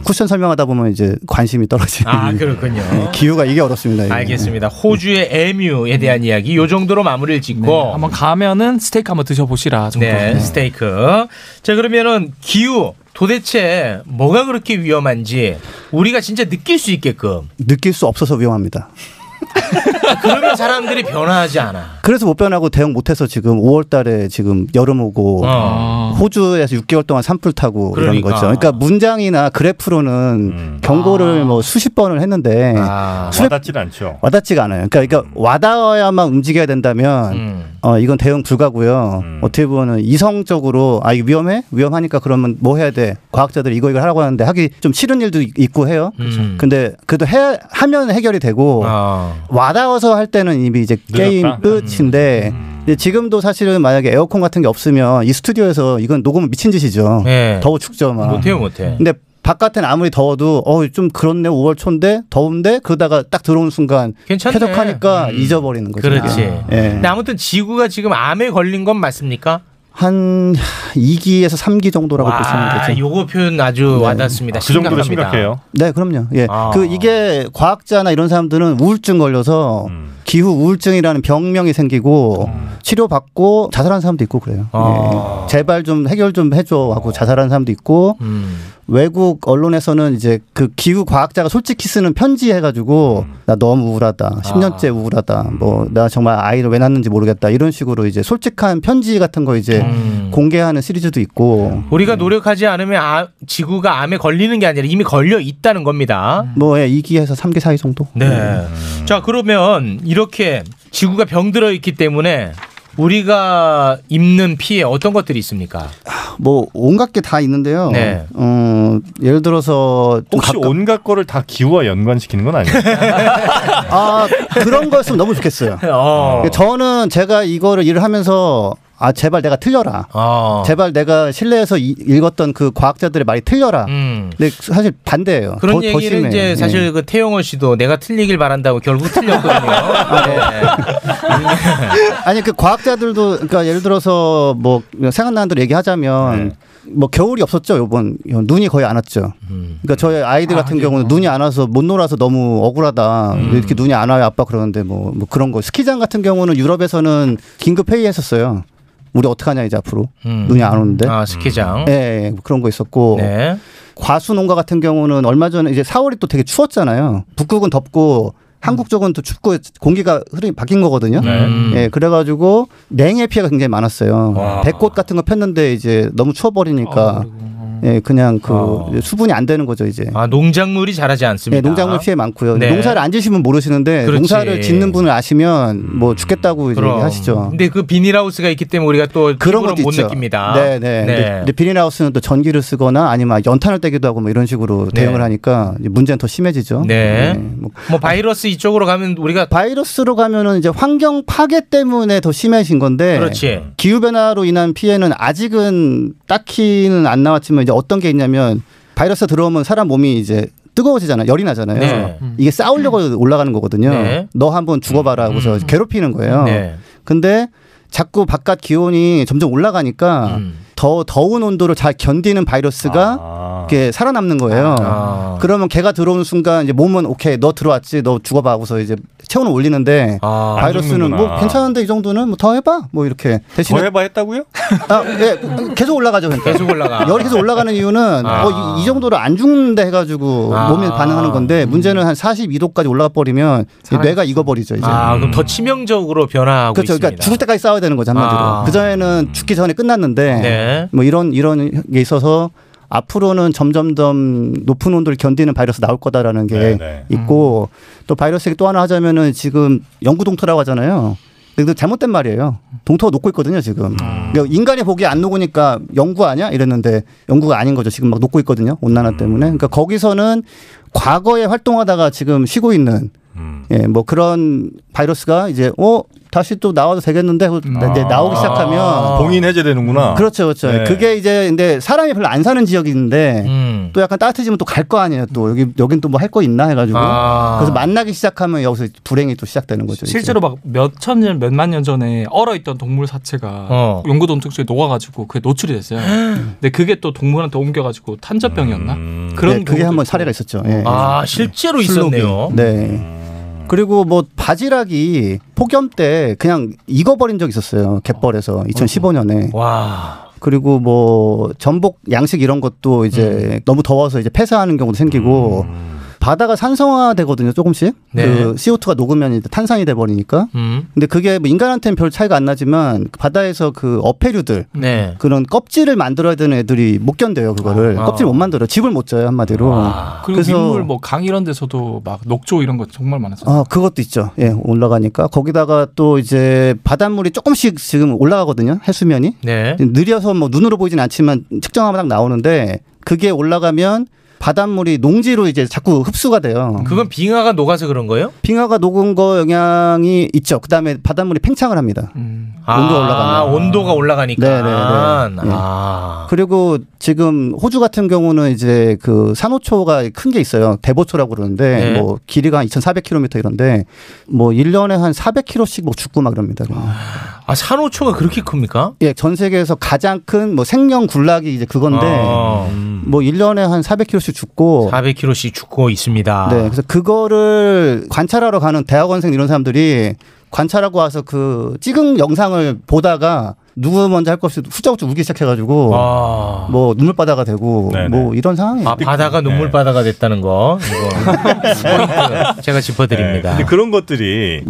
S16: 쿠션 설명하다 보면 이제 관심이 떨어지는.
S7: 아 그렇군요.
S16: 예, 기후가 이게
S13: 네.
S16: 어렵습니다. 이게.
S7: 알겠습니다. 호주의 에뮤에 대한 이야기 요 정도로 마무리를 짓고
S13: 네, 한번 가면은 스테이크 한번 드셔보시라 정도. 네.
S7: 네, 스테이크. 자, 그러면은 기후 도대체 뭐가 그렇게 위험한지 우리가 진짜 느낄 수 있게끔
S16: 예. 느낄 수 없어서 위험합니다.
S7: 그러면 사람들이 변화하지 않아.
S16: 그래서 못 변하고 대응 못해서 지금 5월달에 지금 여름 오고
S7: 어.
S16: 호주에서 6개월 동안 산불 타고 이러는
S7: 그러니까. 음.
S16: 거죠. 그러니까 문장이나 그래프로는 경고를
S7: 아.
S16: 뭐 수십 번을 했는데 수백-
S17: 와닿진 않죠. 음.
S16: 와닿지가 않아요. 그러니까, 그러니까 와닿아야만 움직여야 된다면 어, 이건 대응 불가고요.
S17: 음.
S16: 어떻게 보면 이성적으로 아 이거 위험해 위험하니까 그러면 뭐 해야 돼? 과학자들이 이거 이걸 하라고 하는데 하기 좀 싫은 일도 있- 있고 해요.
S17: 그렇죠.
S7: 음.
S16: 근데 그래도 해, 하면 해결이 되고 와닿아서 할 때는 이미 이제 게임
S17: 아. 늦었다. 음.
S16: 끝인데 근데 지금도 사실은 만약에 에어컨 같은 게 없으면 이 스튜디오에서 이건 녹음 미친 짓이죠.
S17: 네.
S7: 예.
S16: 더워 죽죠 막.
S7: 못해요, 못해.
S16: 아. 근데 바깥엔 아무리 더워도 어 좀 그렇네 5월 초인데 더운데 그러다가 딱 들어오는 순간
S7: 괜찮네. 음.
S16: 쾌적하니까 잊어버리는 거죠.
S7: 그렇지.
S16: 이게. 예.
S7: 근데 아무튼 지구가 지금 암에 걸린 건 맞습니까?
S16: 한 2기에서 3기 정도라고 보시면
S7: 아,
S16: 되죠.
S7: 요거 표현 아주 와닿습니다. 심각합니다.
S16: 네, 그럼요. 예.
S7: 아.
S16: 그 이게 과학자나 이런 사람들은 우울증 걸려서
S7: 음.
S16: 기후 우울증이라는 병명이 생기고 치료받고 자살한 사람도 있고 그래요.
S7: 아.
S16: 예. 제발 좀 해결 좀 해줘 하고 자살한 사람도 있고
S7: 음.
S16: 외국 언론에서는 이제 그 기후 과학자가 솔직히 쓰는 편지 해가지고
S17: 음.
S16: 나 너무
S17: 아.
S16: 우울하다, 10년째 우울하다, 뭐 나 정말 아이를 왜 낳는지 모르겠다 이런 식으로 이제 솔직한 편지 같은 거 이제
S17: 음.
S16: 공개하는 시리즈도 있고
S7: 우리가 노력하지 않으면 아- 지구가 암에 걸리는 게 아니라 이미 걸려 있다는
S13: 음.
S7: 겁니다.
S16: 뭐 예, 2기에서 3기 사이 정도. 음.
S7: 네. 자, 그러면 이렇게 지구가 병들어 있기 때문에 우리가 입는 피해 어떤 것들이 있습니까?
S16: 뭐 온갖 게 다 있는데요.
S7: 네.
S16: 어, 예를 들어서 좀
S17: 혹시
S16: 가까-
S17: 온갖 거를 다 기후와 연관시키는 건 아니에요?
S16: 아 그런 거였으면 너무 좋겠어요.
S7: 어.
S16: 저는 제가 이거를 일을 하면서 아 제발 내가 틀려라.
S7: 어.
S16: 제발 내가 실내에서 이- 읽었던 그 과학자들의 말이 틀려라.
S7: 음.
S16: 근데 사실 반대예요.
S7: 그런
S16: 더, 더
S7: 얘기를
S16: 심해. 네.
S7: 이제 사실 그 태용호 씨도 내가 틀리길 바란다고 결국 틀렸거든요.
S16: 네. 아니 그 과학자들도 그러니까 예를 들어서 뭐 생각나는 대로 얘기하자면 뭐 겨울이 없었죠 이번 눈이 거의 안 왔죠.
S7: 음.
S16: 그러니까 저희 아이들 같은 경우는 눈이 안 와서 못 놀아서 너무 억울하다.
S7: 음.
S16: 왜 이렇게 눈이 안 와요 아빠 그러는데 뭐, 뭐 그런 거 스키장 같은 경우는 유럽에서는 긴급 회의했었어요. 우리 어떡 하냐 이제 앞으로
S7: 음.
S16: 눈이 안 오는데.
S7: 아, 스키장.
S16: 예, 예, 뭐 그런 거 있었고.
S7: 네.
S16: 과수 농가 같은 경우는 얼마 전에 이제 4월이 또 되게 추웠잖아요. 북극은 덥고 한국 쪽은 또 춥고 공기가 흐름이 바뀐 거거든요.
S17: 네.
S7: 음.
S16: 예, 그래가지고 냉해 피해가 굉장히 많았어요. 배꽃 같은 거 폈는데 이제 너무 추워버리니까 예, 그냥 그 수분이 안 되는 거죠 이제.
S7: 아, 농작물이 자라지 않습니다.
S16: 예, 농작물 피해 많고요.
S7: 네.
S16: 농사를 안 지시면 모르시는데
S7: 그렇지. 음.
S16: 농사를 짓는 분을 아시면 뭐 죽겠다고 이제
S7: 그럼.
S16: 얘기하시죠.
S7: 근데 그 비닐하우스가 있기 때문에 우리가 또 피부로
S16: 그런 것도
S7: 못
S16: 있죠.
S7: 느낍니다.
S16: 네, 네. 근데, 근데 비닐하우스는 또 전기를 쓰거나 아니면 연탄을 떼기도 하고 뭐 이런 식으로
S7: 네.
S16: 대응을 하니까 이제 문제는 더 심해지죠.
S7: 네.
S16: 네. 뭐
S7: 뭐 바이러스 이쪽으로 가면 우리가
S16: 바이러스로 가면은 이제 환경 파괴 때문에 더 심해진 건데
S7: 그렇지.
S16: 기후 변화로 인한 피해는 아직은 딱히는 안 나왔지만 이제 어떤 게 있냐면 바이러스 들어오면 사람 몸이 이제 뜨거워지잖아요. 열이 나잖아요.
S7: 네.
S16: 이게 싸우려고 올라가는 거거든요.
S7: 네.
S16: 너 한번
S17: 음,
S16: 죽어봐라 하고서 괴롭히는 거예요.
S7: 네.
S16: 근데 자꾸 바깥 기온이 점점 올라가니까
S17: 음.
S16: 더 더운 온도를 잘 견디는 바이러스가
S17: 아.
S16: 이렇게 살아남는 거예요. 그러면 걔가 들어오는 순간 이제 몸은 오케이 너 들어왔지 너 죽어봐 하고서 이제 체온을 올리는데
S7: 안
S16: 바이러스는
S17: 아, 죽는구나.
S16: 뭐 괜찮은데 이 정도는 뭐 더 해봐 뭐 이렇게 대신에
S17: 더 해봐 했다고요?
S16: 아, 예, 계속 올라가죠. 그러니까.
S17: 계속 올라가.
S16: 열이 계속 올라가는 이유는
S17: 아.
S16: 어, 이, 이 정도로 안 죽는다 해가지고
S7: 아.
S16: 몸이 반응하는 건데 문제는 한 42도까지 올라가 버리면 이제 뇌가 익어버리죠. 이제. 음.
S7: 아, 그럼 더 치명적으로 변화하고
S16: 그렇죠.
S7: 있습니다.
S16: 그러니까 죽을 때까지 싸워야 되는 거죠 한마디로.
S7: 아.
S16: 그 전에는 죽기 전에 끝났는데
S7: 네.
S16: 뭐 이런 이런 게 있어서 앞으로는 점점점 높은 온도를 견디는 바이러스 나올 거다라는 게 있고 또 바이러스 얘기 또 하나 하자면은 지금 영구 동토라고 하잖아요. 근데 그거 잘못된 말이에요. 동토가 녹고 있거든요 지금. 그러니까 인간이 보기에 안 녹으니까 영구 아니야 이랬는데 영구가 아닌 거죠. 지금 막 녹고 있거든요 온난화 때문에. 그러니까 거기서는 과거에 활동하다가 지금 쉬고 있는 예, 뭐 그런 바이러스가 이제 어 다시 또 나와도 되겠는데 하고 나- 이제 나오기 시작하면
S17: 아. 봉인 해제되는구나.
S16: 그렇죠, 그렇죠.
S17: 네.
S16: 그게 이제 근데 사람이 별로 안 사는 지역이 있는데
S17: 음.
S16: 또 약간 따뜻해지면 또 갈 거 아니에요. 또 여기 여긴 또 뭐 할 거 있나 해가지고
S13: 아.
S16: 그래서 만나기 시작하면 여기서 불행이 또 시작되는 거죠. 이제.
S13: 실제로 막 몇 천 년, 몇만 년 전에 얼어있던 동물 사체가
S16: 어.
S13: 연구 동쪽에 녹아가지고 그게 노출이 됐어요. 근데 그게 또 동물한테 옮겨가지고 탄저병이었나? 그런
S16: 네, 그게
S13: 경우도
S16: 한번 사례가 있었죠. 예.
S7: 아, 실제로
S16: 술록이.
S7: 있었네요.
S16: 네. 그리고 뭐 바지락이 폭염 때 그냥 익어버린 적 있었어요 갯벌에서 2015년에.
S7: 음. 와.
S16: 그리고 뭐 전복 양식 이런 것도
S7: 음.
S16: 이제 너무 더워서 이제 폐사하는 경우도 생기고 바다가 산성화되거든요 조금씩
S7: 네.
S16: 그 CO2가 녹으면 이제 탄산이 돼버리니까
S7: 음.
S16: 근데 그게 뭐 인간한테는 별 차이가 안 나지만 바다에서 그 어패류들
S7: 네.
S16: 그런 껍질을 만들어야 되는 애들이 못 견뎌요 그거를
S13: 아.
S16: 껍질 못 만들어 집을 못 져요 한마디로
S13: 그리고 민물 뭐 강 이런 데서도 막 녹조 이런 거 정말 많았어요.
S16: 아, 그것도 있죠. 예, 올라가니까. 거기다가 또 이제 바닷물이 조금씩 지금 올라가거든요. 해수면이.
S7: 네.
S16: 느려서 뭐 눈으로 보이진 않지만 측정하면 딱 나오는데 그게 올라가면 바닷물이 농지로 이제 자꾸 흡수가 돼요.
S7: 그건 빙하가 녹아서 그런 거예요?
S16: 빙하가 녹은 거 영향이 있죠. 그 다음에 바닷물이 팽창을 합니다.
S13: 음.
S16: 온도 올라가면.
S7: 아, 온도가 올라가니까.
S16: 네, 네, 네.
S7: 아.
S16: 그리고 지금 호주 같은 경우는 이제 그 산호초가 큰 게 있어요. 대보초라고 그러는데
S7: 네.
S16: 뭐 길이가 한 2,400km 이런데 뭐 1년에 한 400km씩 뭐 죽고 막 그럽니다. 그냥.
S7: 아, 산호초가 그렇게 큽니까?
S16: 예, 전 세계에서 가장 큰 뭐 생명 군락이 이제 그건데
S7: 아.
S16: 뭐 1년에 한 400km씩 죽고
S7: 400km씩 죽고 있습니다.
S16: 네. 그래서 그거를 관찰하러 가는 대학원생 이런 사람들이 관찰하고 와서 그 찍은 영상을 보다가 누구 먼저 할 것 없이 후적후적 울기 시작해가지고 뭐 눈물바다가 되고 뭐 이런 상황이에요.
S7: 아, 바다가
S17: 네.
S7: 눈물바다가 됐다는 거. 이거. 제가 짚어드립니다.
S17: 근데 그런 것들이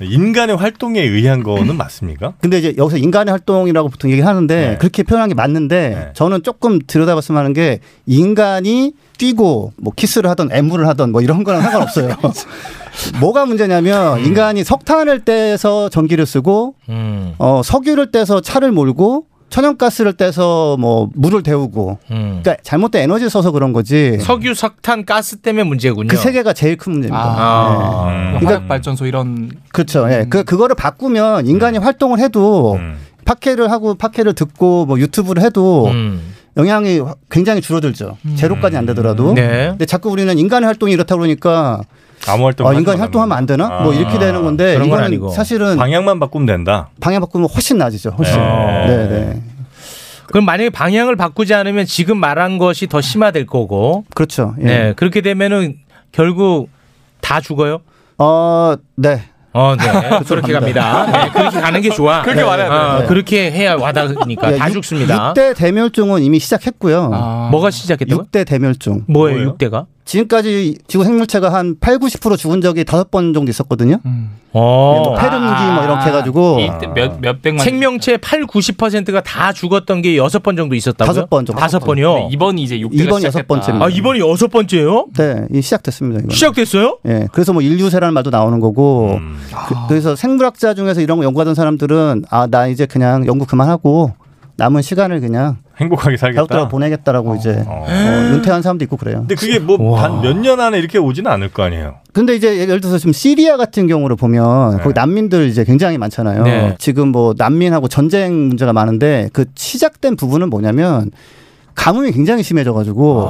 S17: 인간의 활동에 의한 거는 맞습니까?
S16: 네.
S17: 네.
S16: 근데 이제 여기서 인간의 활동이라고 보통 얘기하는데 그렇게 표현한 게 맞는데 저는 조금 들여다봤으면 하는 게 인간이 뛰고 뭐 키스를 하던 애무를 하던 뭐 이런 거랑 상관없어요.
S17: 그렇죠.
S16: 뭐가
S17: 음.
S16: 문제냐면 인간이 석탄을 떼서 전기를 쓰고
S7: 음.
S16: 어, 석유를 떼서 차를 몰고 천연가스를 떼서 뭐 물을 데우고
S7: 음.
S16: 그러니까 잘못된 에너지 써서 그런
S17: 네.
S16: 거지.
S7: 석유, 석탄, 가스 때문에 문제군요.
S16: 그 세 개가 제일 큰 문제입니다.
S7: 아.
S16: 네.
S7: 음.
S16: 그러니까
S13: 발전소 이런
S16: 그렇죠. 예.
S17: 음.
S16: 그 그거를 바꾸면 인간이 활동을 해도 팟캐를 하고 팟캐를 듣고 뭐 유튜브를 해도
S17: 음.
S16: 영향이 굉장히 줄어들죠. 제로까지 안 되더라도.
S7: 네.
S16: 근데 자꾸 우리는 인간의 활동이 이렇다 그러니까
S17: 아무 활동
S16: 아, 인간이 활동하면 안 되나? 뭐 이렇게 되는 건데
S17: 그런 건
S16: 이거는
S17: 아니고.
S16: 사실은
S17: 방향만 바꾸면 된다.
S16: 방향 바꾸면 훨씬 나아지죠. 훨씬.
S17: 네.
S16: 네, 네.
S7: 그럼 만약에 방향을 바꾸지 않으면 지금 말한 것이 더 심화될 거고.
S16: 그렇죠. 예.
S7: 네. 그렇게 되면은 결국 다 죽어요?
S16: 어, 네.
S7: 어, 네. 그렇게 갑니다. 네, 그렇게 가는 게 좋아.
S16: 그렇게 와야 돼요.
S7: 어,
S16: 네.
S7: 그렇게 해야 와닿으니까 아,
S16: 예,
S7: 다 죽습니다. 아.
S16: 6대 대멸종은 이미 시작했고요.
S7: 뭐가 시작했다고요?
S16: 6대 대멸종.
S7: 뭐예요, 6대가?
S16: 지금까지 지구 생물체가 한 8, 90% 죽은 적이 다섯 번 정도 있었거든요.
S7: 어.
S16: 예, 뭐 페름기 뭐
S7: 아,
S16: 이렇게 해가지고
S13: 아, 몇, 몇백만
S7: 생명체의 8, 90%가 다 죽었던 게 여섯 번 정도 있었다고요?
S16: 다섯 번 정도.
S7: 다섯 번이요?
S13: 근데 네, 이번이 이제 6대가
S16: 이번이 여섯 번째입니다.
S7: 아, 이번이 여섯 번째예요?
S16: 네, 이 시작됐습니다. 이건.
S7: 시작됐어요?
S16: 예, 그래서 뭐 인류세라는 말도 나오는 거고, 그, 래서 생물학자 중에서 이런 거 연구하던 사람들은 아 나 이제 그냥 연구 그만하고 남은 시간을 그냥
S17: 행복하게 살겠다.
S16: 가족들하고 보내겠다라고 이제 어, 은퇴한 사람도 있고 그래요.
S17: 근데 그게 뭐 단 몇 년 안에 이렇게 오지는 않을 거 아니에요.
S16: 근데 이제 예를 들어서 지금 시리아 같은 경우를 보면 거기 난민들 이제 굉장히 많잖아요.
S17: 네.
S16: 지금 뭐 난민하고 전쟁 문제가 많은데 그 시작된 부분은 뭐냐면 가뭄이 굉장히 심해져 가지고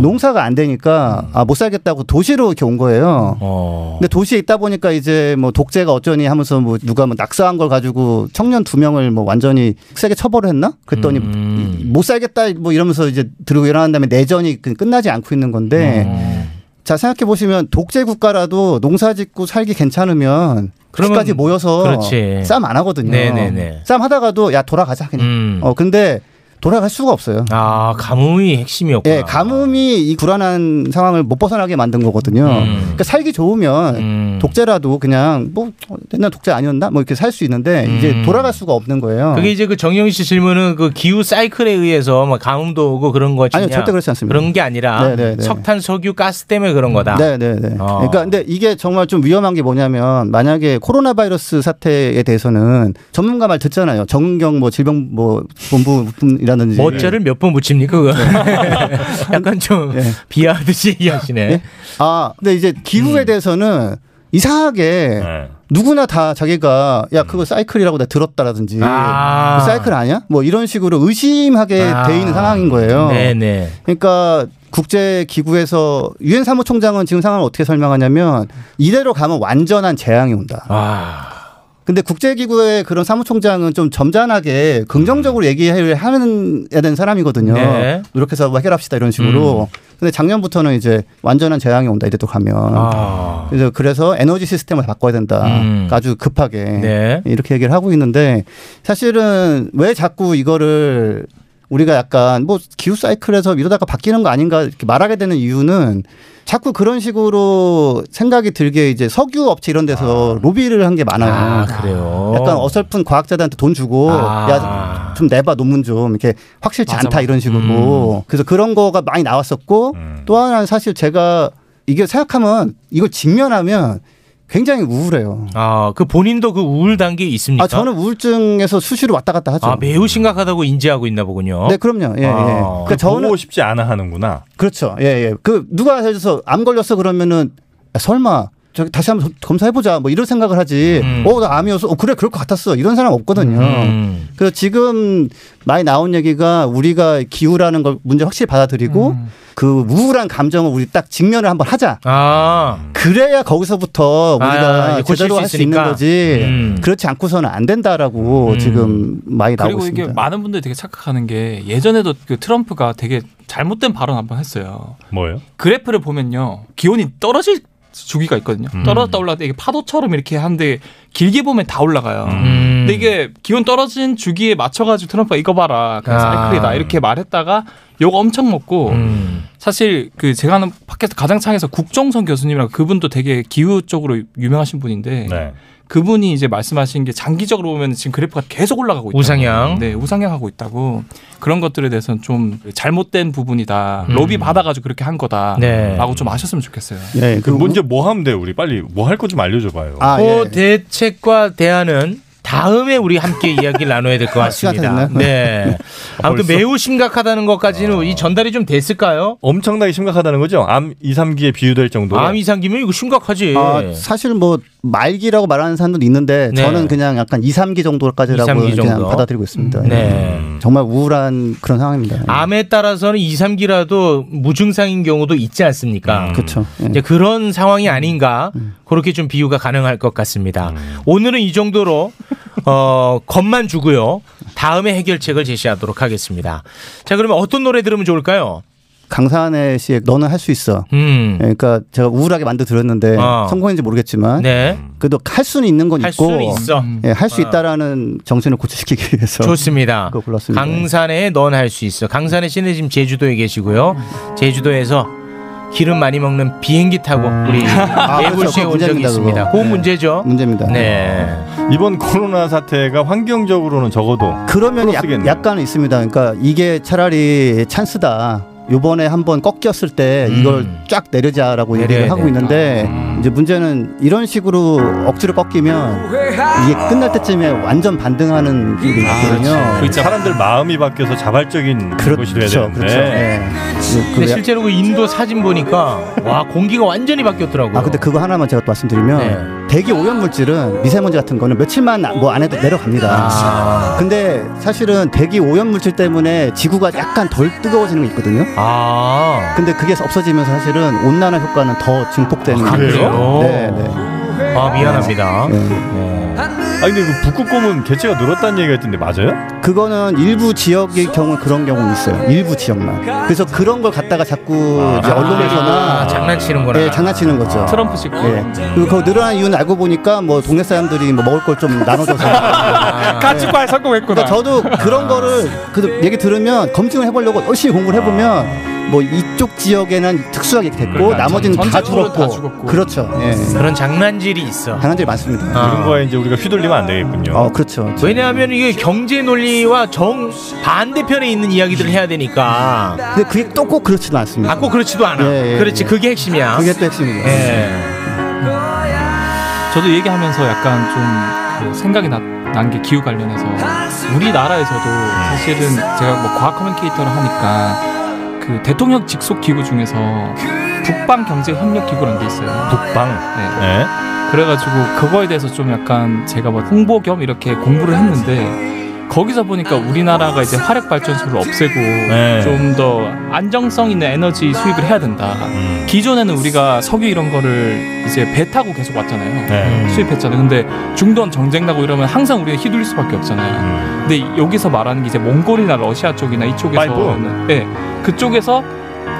S16: 농사가 안 되니까 아, 못 살겠다고 도시로 이렇게 온 거예요. 근데 도시에 있다 보니까 이제 뭐 독재가 어쩌니 하면서 뭐 누가 뭐 낙사한 걸 가지고 청년 두 명을 뭐 완전히 세게 처벌을 했나? 그랬더니 못 살겠다 뭐 이러면서 이제 들고 일어난 다음에 내전이 그- 끝나지 않고 있는 건데 자 생각해 보시면 독재 국가라도 농사짓고 살기 괜찮으면 그까지 모여서
S7: 그렇지.
S16: 싸움 안 하거든요.
S7: 네네네. 음.
S16: 싸움 하다가도 야 돌아가자 그냥. 어 근데 돌아갈 수가 없어요.
S7: 아, 가뭄이 핵심이었구나.
S16: 예, 가뭄이 이 불안한 상황을 못 벗어나게 만든 거거든요.
S7: 음.
S16: 그러니까 살기 좋으면 독재라도 그냥 뭐 어, 옛날 독재 아니었나 뭐 이렇게 살 수 있는데 이제 돌아갈 수가 없는 거예요.
S7: 음. 그게 이제 그 정영희 씨 질문은 그 기후 사이클에 의해서 막 가뭄도 오고 그런 거지.
S16: 아니요, 절대 그렇지 않습니다.
S7: 그런 게 아니라
S16: 네네네.
S7: 석탄, 석유, 가스 때문에 그런 거다.
S16: 네네네.
S7: 어.
S16: 그러니까 근데 이게 정말 좀 위험한 게 뭐냐면 만약에 코로나 바이러스 사태에 대해서는 전문가 말 듣잖아요. 정경 뭐 질병 뭐 본부이라든지
S7: 멋져를 몇 번 붙입니까? 그거?
S16: 네.
S7: 약간 좀 비하듯이 얘기하시네.
S16: 예? 아, 근데 이제
S7: 음.
S16: 기후에 대해서는 이상하게
S7: 네.
S16: 누구나 다 자기가 야 그거 사이클이라고 내가 들었다라든지
S7: 음. 아.
S16: 그거 사이클 아니야? 뭐 이런 식으로 의심하게
S7: 아.
S16: 돼 있는 상황인 거예요.
S7: 네네.
S16: 그러니까 국제 기구에서 유엔 사무총장은 지금 상황을 어떻게 설명하냐면 이대로 가면 완전한 재앙이 온다. 근데 국제기구의 그런 사무총장은 좀 점잖하게 긍정적으로 얘기를 하는 해야 되는 사람이거든요.
S7: 네.
S16: 노력해서 뭐 해결합시다 이런 식으로. 근데 작년부터는 이제 완전한 재앙이 온다 이제 또 가면.
S7: 아.
S16: 그래서, 그래서 에너지 시스템을 바꿔야 된다.
S7: 음.
S16: 아주 급하게
S7: 네.
S16: 이렇게 얘기를 하고 있는데 사실은 왜 자꾸 이거를 우리가 약간 뭐 기후 사이클에서 이러다가 바뀌는 거 아닌가 이렇게 말하게 되는 이유는 자꾸 그런 식으로 생각이 들게 이제 석유 업체 이런 데서
S7: 아.
S16: 로비를 한 게 많아요.
S7: 그래요.
S16: 약간 어설픈 과학자들한테 돈 주고 야 좀 내봐 논문 좀 이렇게 확실치 않다 이런 식으로 그래서 그런 거가 많이 나왔었고 또 하나는 사실 제가 이게 생각하면 이걸 직면하면 굉장히 우울해요.
S7: 아, 그 본인도 그 우울 단계에 있습니까?
S16: 아 저는 우울증에서 수시로 왔다 갔다 하죠.
S7: 아, 매우 심각하다고 인지하고 있나 보군요.
S16: 네, 그럼요. 예, 예.
S7: 아.
S16: 그러니까 저는 보고
S17: 싶지 않아 하는구나.
S16: 그렇죠. 예, 예. 그 누가 해줘서 암 걸렸어 그러면은 야, 설마 저기 다시 한번 검사해 보자 뭐 이런 생각을 하지. 어, 나 암이었어. 어, 그래 그럴 것 같았어. 이런 사람 없거든요.
S7: 음.
S16: 그래서 지금 많이 나온 얘기가 우리가 기후라는 걸 문제 확실히 받아들이고
S7: 음.
S16: 그 우울한 감정을 우리 딱 직면을 한번 하자.
S7: 아.
S16: 그래야 거기서부터
S7: 아,
S16: 우리가
S7: 이제 고칠
S16: 제대로
S7: 수
S16: 할 수 있는
S7: 있으니까.
S16: 거지.
S7: 음.
S16: 그렇지 않고서는 안 된다라고 지금 많이 나오고
S13: 그리고
S16: 있습니다.
S13: 이게 많은 분들이 되게 착각하는 게 예전에도 그 트럼프가 되게 잘못된 발언 한번 했어요.
S17: 뭐예요?
S13: 그래프를 보면요. 기온이 떨어질 주기가 있거든요.
S7: 음.
S13: 떨어졌다 올라갔다 이게 파도처럼 이렇게 하는데 길게 보면 다 올라가요.
S7: 음.
S13: 근데 이게 기온 떨어진 주기에 맞춰가지고 트럼프가 이거 봐라. 그냥
S7: 아.
S13: 사이클이다. 이렇게 말했다가 요거 엄청 먹고
S7: 음.
S13: 사실 그 제가 하는 팟캐스트 가장창에서 국정선 교수님이랑 그분도 되게 기후 쪽으로 유명하신 분인데
S7: 네.
S13: 그분이 이제 말씀하신 게 장기적으로 보면 지금 그래프가 계속 올라가고 있다.
S7: 우상향.
S13: 네, 우상향하고 있다고 그런 것들에 대해서는 좀 잘못된 부분이다.
S17: 음.
S13: 로비 받아가지고 그렇게 한 거다라고
S17: 네.
S13: 좀 아셨으면 좋겠어요.
S16: 네,
S17: 그 먼저 뭐 하면 돼 우리 빨리 뭐 할 거 좀 알려줘봐요.
S16: 아,
S7: 그 대책과 대안은 다음에 우리 함께 이야기를 나눠야 될 것 같습니다.
S17: 시간 됐나요?
S7: 네. 아무튼
S17: 벌써?
S7: 매우 심각하다는 것까지는 이 전달이 좀 됐을까요?
S17: 엄청나게 심각하다는 거죠? 암 2, 3기에 비유될 정도로.
S7: 암 이상기면 이거 심각하지.
S16: 아, 사실 뭐 말기라고 말하는 사람도 있는데
S7: 네.
S16: 저는 그냥 약간 2, 3기 정도까지라고
S7: 2, 3기
S16: 그냥
S7: 정도?
S16: 받아들이고 있습니다.
S7: 네.
S16: 음. 정말 우울한 그런 상황입니다.
S7: 암에 따라서는 2, 3기라도 무증상인 경우도 있지 않습니까?
S17: 음.
S16: 그렇죠.
S17: 예.
S7: 이제 그런 상황이 아닌가 그렇게 좀 비유가 가능할 것 같습니다.
S17: 음.
S7: 오늘은 이 정도로 어, 겁만 주고요. 다음에 해결책을 제시하도록 하겠습니다. 자, 그러면 어떤 노래 들으면 좋을까요?
S16: 강산의 씨의 너는 할 수 있어.
S7: 음.
S16: 그러니까 제가 우울하게 만들어 드렸는데
S7: 어.
S16: 성공인지 모르겠지만
S7: 네.
S16: 그래도 할 수는 있는 건
S7: 할
S16: 있고
S7: 수는 있어.
S16: 예, 할 수
S7: 어.
S16: 있다라는 정신을 고취시키기 위해서
S7: 좋습니다.
S16: 음, 그거 골랐습니다.
S7: 강산에 넌 할 수 있어. 강산의 씨는 지금 제주도에 계시고요.
S16: 음.
S7: 제주도에서 기름 많이 먹는 비행기 타고
S16: 음.
S7: 우리
S17: 아,
S16: 그렇죠.
S7: 예불 씨에 음. 네 온 적이 있습니다. 그
S16: 네.
S7: 문제죠.
S16: 문제입니다.
S7: 네.
S17: 이번 코로나 사태가 환경적으로는 적어도
S16: 아, 그러면 약, 약간은 있습니다. 그러니까 이게 차라리 찬스다. 요번에 한번 꺾였을 때 이걸 쫙 내려자라고 얘기를
S7: 음. 내려야 아, 음.
S16: 하고 있는데 이제 문제는 이런 식으로 억지로 꺾이면 이게 끝날 때쯤에 완전 반등하는 일이
S7: 그렇죠.
S16: 있거든요.
S8: 그렇죠.
S17: 사람들 마음이 바뀌어서 자발적인 것이 돼야 되는데.
S16: 그렇죠. 예.
S7: 근데 실제로 그 인도 사진 보니까 와 공기가 완전히 바뀌었더라고요. 네.
S16: 아 근데 그거 하나만 제가 또 말씀드리면 대기 오염 물질은 미세먼지 같은 거는 며칠만 뭐 안 해도 내려갑니다.
S7: 아.
S16: 근데 사실은 대기 오염 물질 때문에 지구가 약간 덜 뜨거워지는 게 있거든요.
S7: 아.
S16: 근데 그게 없어지면서 사실은 온난화 효과는 더 증폭되는
S7: 아,
S16: 거죠.
S7: 그래요?
S16: 네, 네.
S7: 아 미안합니다. 네.
S17: 아 근데 그 북극곰은 개체가 늘었다는 얘기가 있던데 맞아요?
S16: 그거는 일부 지역의 경우 그런 경우는 있어요. 일부 지역만. 그래서 그런 걸 갖다가 자꾸 이제 언론에서나
S7: 아, 장난치는구나. 아.
S16: 예, 장난치는 거죠.
S13: 트럼프식.
S16: 예. 그리고 그 늘어난 이유는 알고 보니까 뭐 동네 사람들이 뭐 먹을 걸 좀 나눠줘서.
S7: 아, 네.
S13: 가축과에 성공했구나.
S16: 그러니까 저도 그런 거를 그 얘기 들으면 검증을 해보려고 열심히 공부를 해보면 뭐 이쪽 지역에는 특수하게 됐고
S7: 그러니까
S16: 나머지는
S7: 전-
S16: 다
S7: 전체적으로
S16: 줄었고,
S7: 다 죽었고. 그러니까
S16: 그렇죠. 예.
S7: 그런 장난질이 있어. 아.
S16: 장난질 많습니다.
S17: 그런 거에 이제 우리가 휘둘리면 안 되겠군요.
S16: 어 그렇죠.
S7: 왜냐하면 이게 경제 논리와 정 반대편에 있는 이야기들을 해야 되니까.
S16: 근데 그게 또 꼭 그렇지도 않습니다.
S7: 꼭 그렇지도 않아.
S16: 예, 예,
S7: 그렇지
S16: 예.
S7: 그게 핵심이야. 예.
S16: 그게 또 네. 핵심이죠.
S7: 네.
S13: 저도 얘기하면서 약간 좀그 생각이 난 게 기후 관련해서 우리나라에서도
S17: 네.
S13: 사실은 제가 뭐 과학 커뮤니케이터를 하니까 그 대통령 직속 기구 중에서 북방 경제 협력 기구라는 게 있어요.
S17: 북방.
S13: 네. 그래가지고 그거에 대해서 좀 약간 제가 뭐 홍보 겸 이렇게 공부를 했는데 거기서 보니까 우리나라가 이제 화력 발전소를 없애고
S17: 네.
S13: 좀 더 안정성 있는 에너지 수입을 해야 된다. 기존에는 우리가 석유 이런 거를 이제 배 타고 계속 왔잖아요.
S17: 네.
S13: 수입했잖아요. 근데 중동 전쟁 나고 이러면 항상 우리는 휘둘릴 수밖에 없잖아요. 근데 여기서 말하는 게 이제 몽골이나 러시아 쪽이나 이쪽에서
S17: 파이프?
S13: 네, 그쪽에서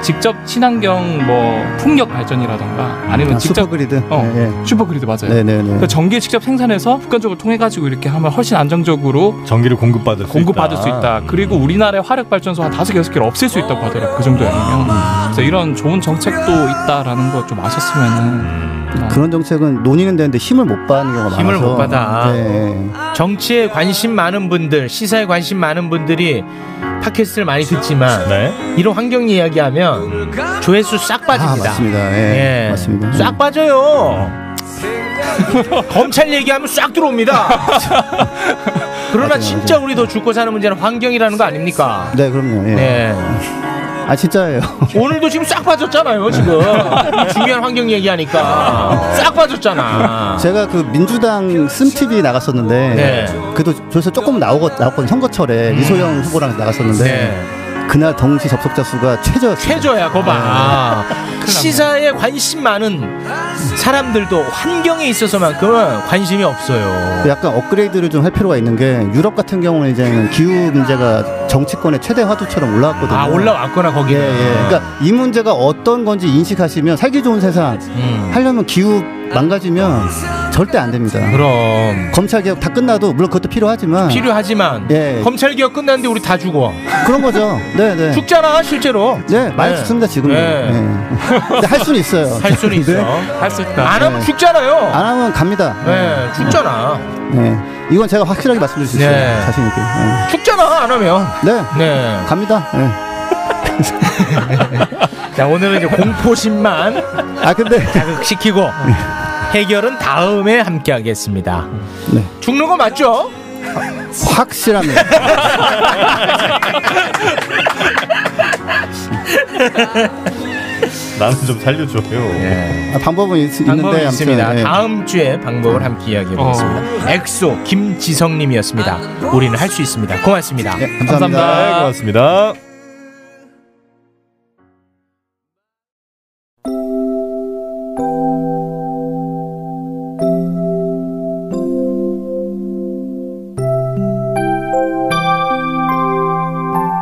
S13: 직접 친환경 뭐 풍력 발전이라던가 아니면
S16: 아,
S13: 직접
S16: 슈퍼그리드.
S13: 어,
S16: 네, 네.
S13: 슈퍼그리드 맞아요.
S16: 네네네.
S13: 그러니까 전기를 직접 생산해서 국가적으로 통해 가지고 이렇게 하면 훨씬 안정적으로
S17: 전기를 공급받을 수
S13: 공급받을
S17: 있다.
S13: 수 있다. 그리고 우리나라의 화력 발전소 한 다섯 여섯 개를 없앨 수 있다고 하더라고요. 그
S16: 아,
S13: 정도면. 그래서 이런 좋은 정책도 있다라는 거 좀 아셨으면은
S16: 그런 정책은 논의는 되는데 힘을 못 받는 경우가 많아서
S7: 힘을 못 받아.
S16: 네.
S7: 정치에 관심 많은 분들, 시사에 관심 많은 분들이 팟캐스트를 많이 듣지만 이런 환경 이야기하면 조회수 싹 빠집니다.
S16: 아, 네, 맞습니다. 예, 맞습니다.
S7: 싹 빠져요. 검찰 얘기하면 싹 들어옵니다. 그러나 진짜 우리 더 죽고 사는 문제는 환경이라는 거 아닙니까?
S16: 네, 그럼요. 예.
S7: 네.
S16: 아 진짜예요.
S7: 오늘도 지금 싹 빠졌잖아요, 지금. 이 중요한 환경 얘기하니까. 싹 빠졌잖아.
S16: 제가 그 민주당 씀TV 나갔었는데
S7: 네.
S16: 그래도 조회수 조금 나오고 나왔거든 선거철에 이소영 후보랑 나갔었는데 그날 동시 접속자 수가 최저
S7: 최저야,
S16: 네. 아,
S7: 거봐. 시사에 관심 많은 사람들도 환경에 있어서만큼은 관심이 없어요.
S16: 약간 업그레이드를 좀 할 필요가 있는 게 유럽 같은 경우는 이제는 기후 문제가 정치권의 최대 화두처럼 올라왔거든요.
S7: 아, 올라왔구나, 거기는.
S16: 예, 예. 그러니까 이 문제가 어떤 건지 인식하시면 살기 좋은 세상
S7: 음.
S16: 하려면 기후 망가지면 절대 안 됩니다.
S7: 그럼
S16: 검찰 개혁 다 끝나도 물론 그것도 필요하지만
S7: 아. 필요하지만
S16: 예.
S7: 검찰 개혁 끝났는데 우리 다 죽어.
S16: 그런 거죠. 네, 네.
S7: 죽잖아 실제로.
S16: 네, 많이
S7: 네.
S16: 죽습니다 지금.
S7: 네.
S16: 네. 근데 할 수는 있어요. 네.
S7: 할 수는 있어.
S13: 할 수 있다.
S7: 안 하면 죽잖아요.
S16: 안 하면 갑니다.
S7: 네, 죽잖아.
S16: 네. 이건 제가 확실하게 말씀드릴 수 있어요.
S7: 네.
S16: 자신 있게. 네.
S7: 죽잖아 안 하면.
S16: 네.
S7: 네.
S16: 갑니다. 네.
S7: 자 오늘은 이제 공포심만
S16: 아 근데
S7: 자극시키고 해결은 다음에 함께하겠습니다.
S16: 네.
S7: 죽는 거 맞죠?
S16: 확실합니다.
S17: 나는 좀 살려줘요.
S16: 아, 방법은 있,
S7: 예. 방법은
S16: 있는데
S7: 있습니다.
S16: 아무튼, 예.
S7: 다음 주에 방법을 함께 이야기해 보겠습니다.
S16: 어.
S7: 엑소 김지성님이었습니다. 우리는 할 수 있습니다. 고맙습니다.
S16: 예,
S17: 감사합니다. 네, 고맙습니다.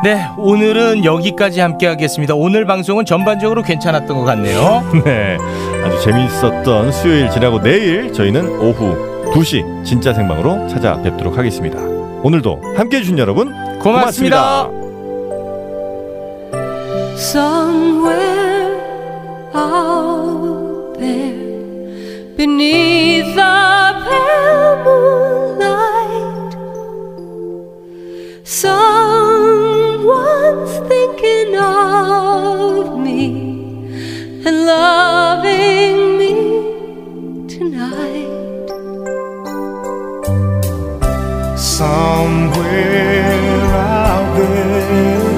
S7: 네, 오늘은 여기까지 함께 하겠습니다. 오늘 방송은 전반적으로 괜찮았던 것 같네요.
S17: 네. 아주 재미있었던 수요일 지나고 내일 저희는 오후 2시 진짜 생방으로 찾아뵙도록 하겠습니다. 오늘도 함께 해주신 여러분 고맙습니다.
S7: 고맙습니다.
S18: Somewhere out there, beneath the pale moonlight, someone's thinking of me and loving me tonight.
S19: Somewhere out there,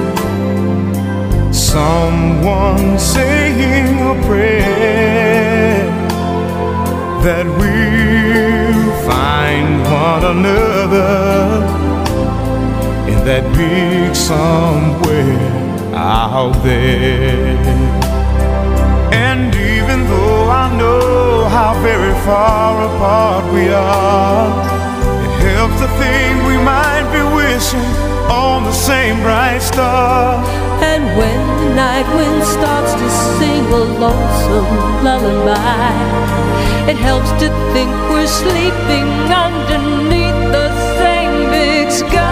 S19: someone saying a prayer that we'll find one another in that big somewhere out there. And even though I know how very far apart we are. It helps to think we might be wishing on the same bright star.
S18: And when the night wind starts to sing a lonesome lullaby, it helps to think we're sleeping underneath the same big sky.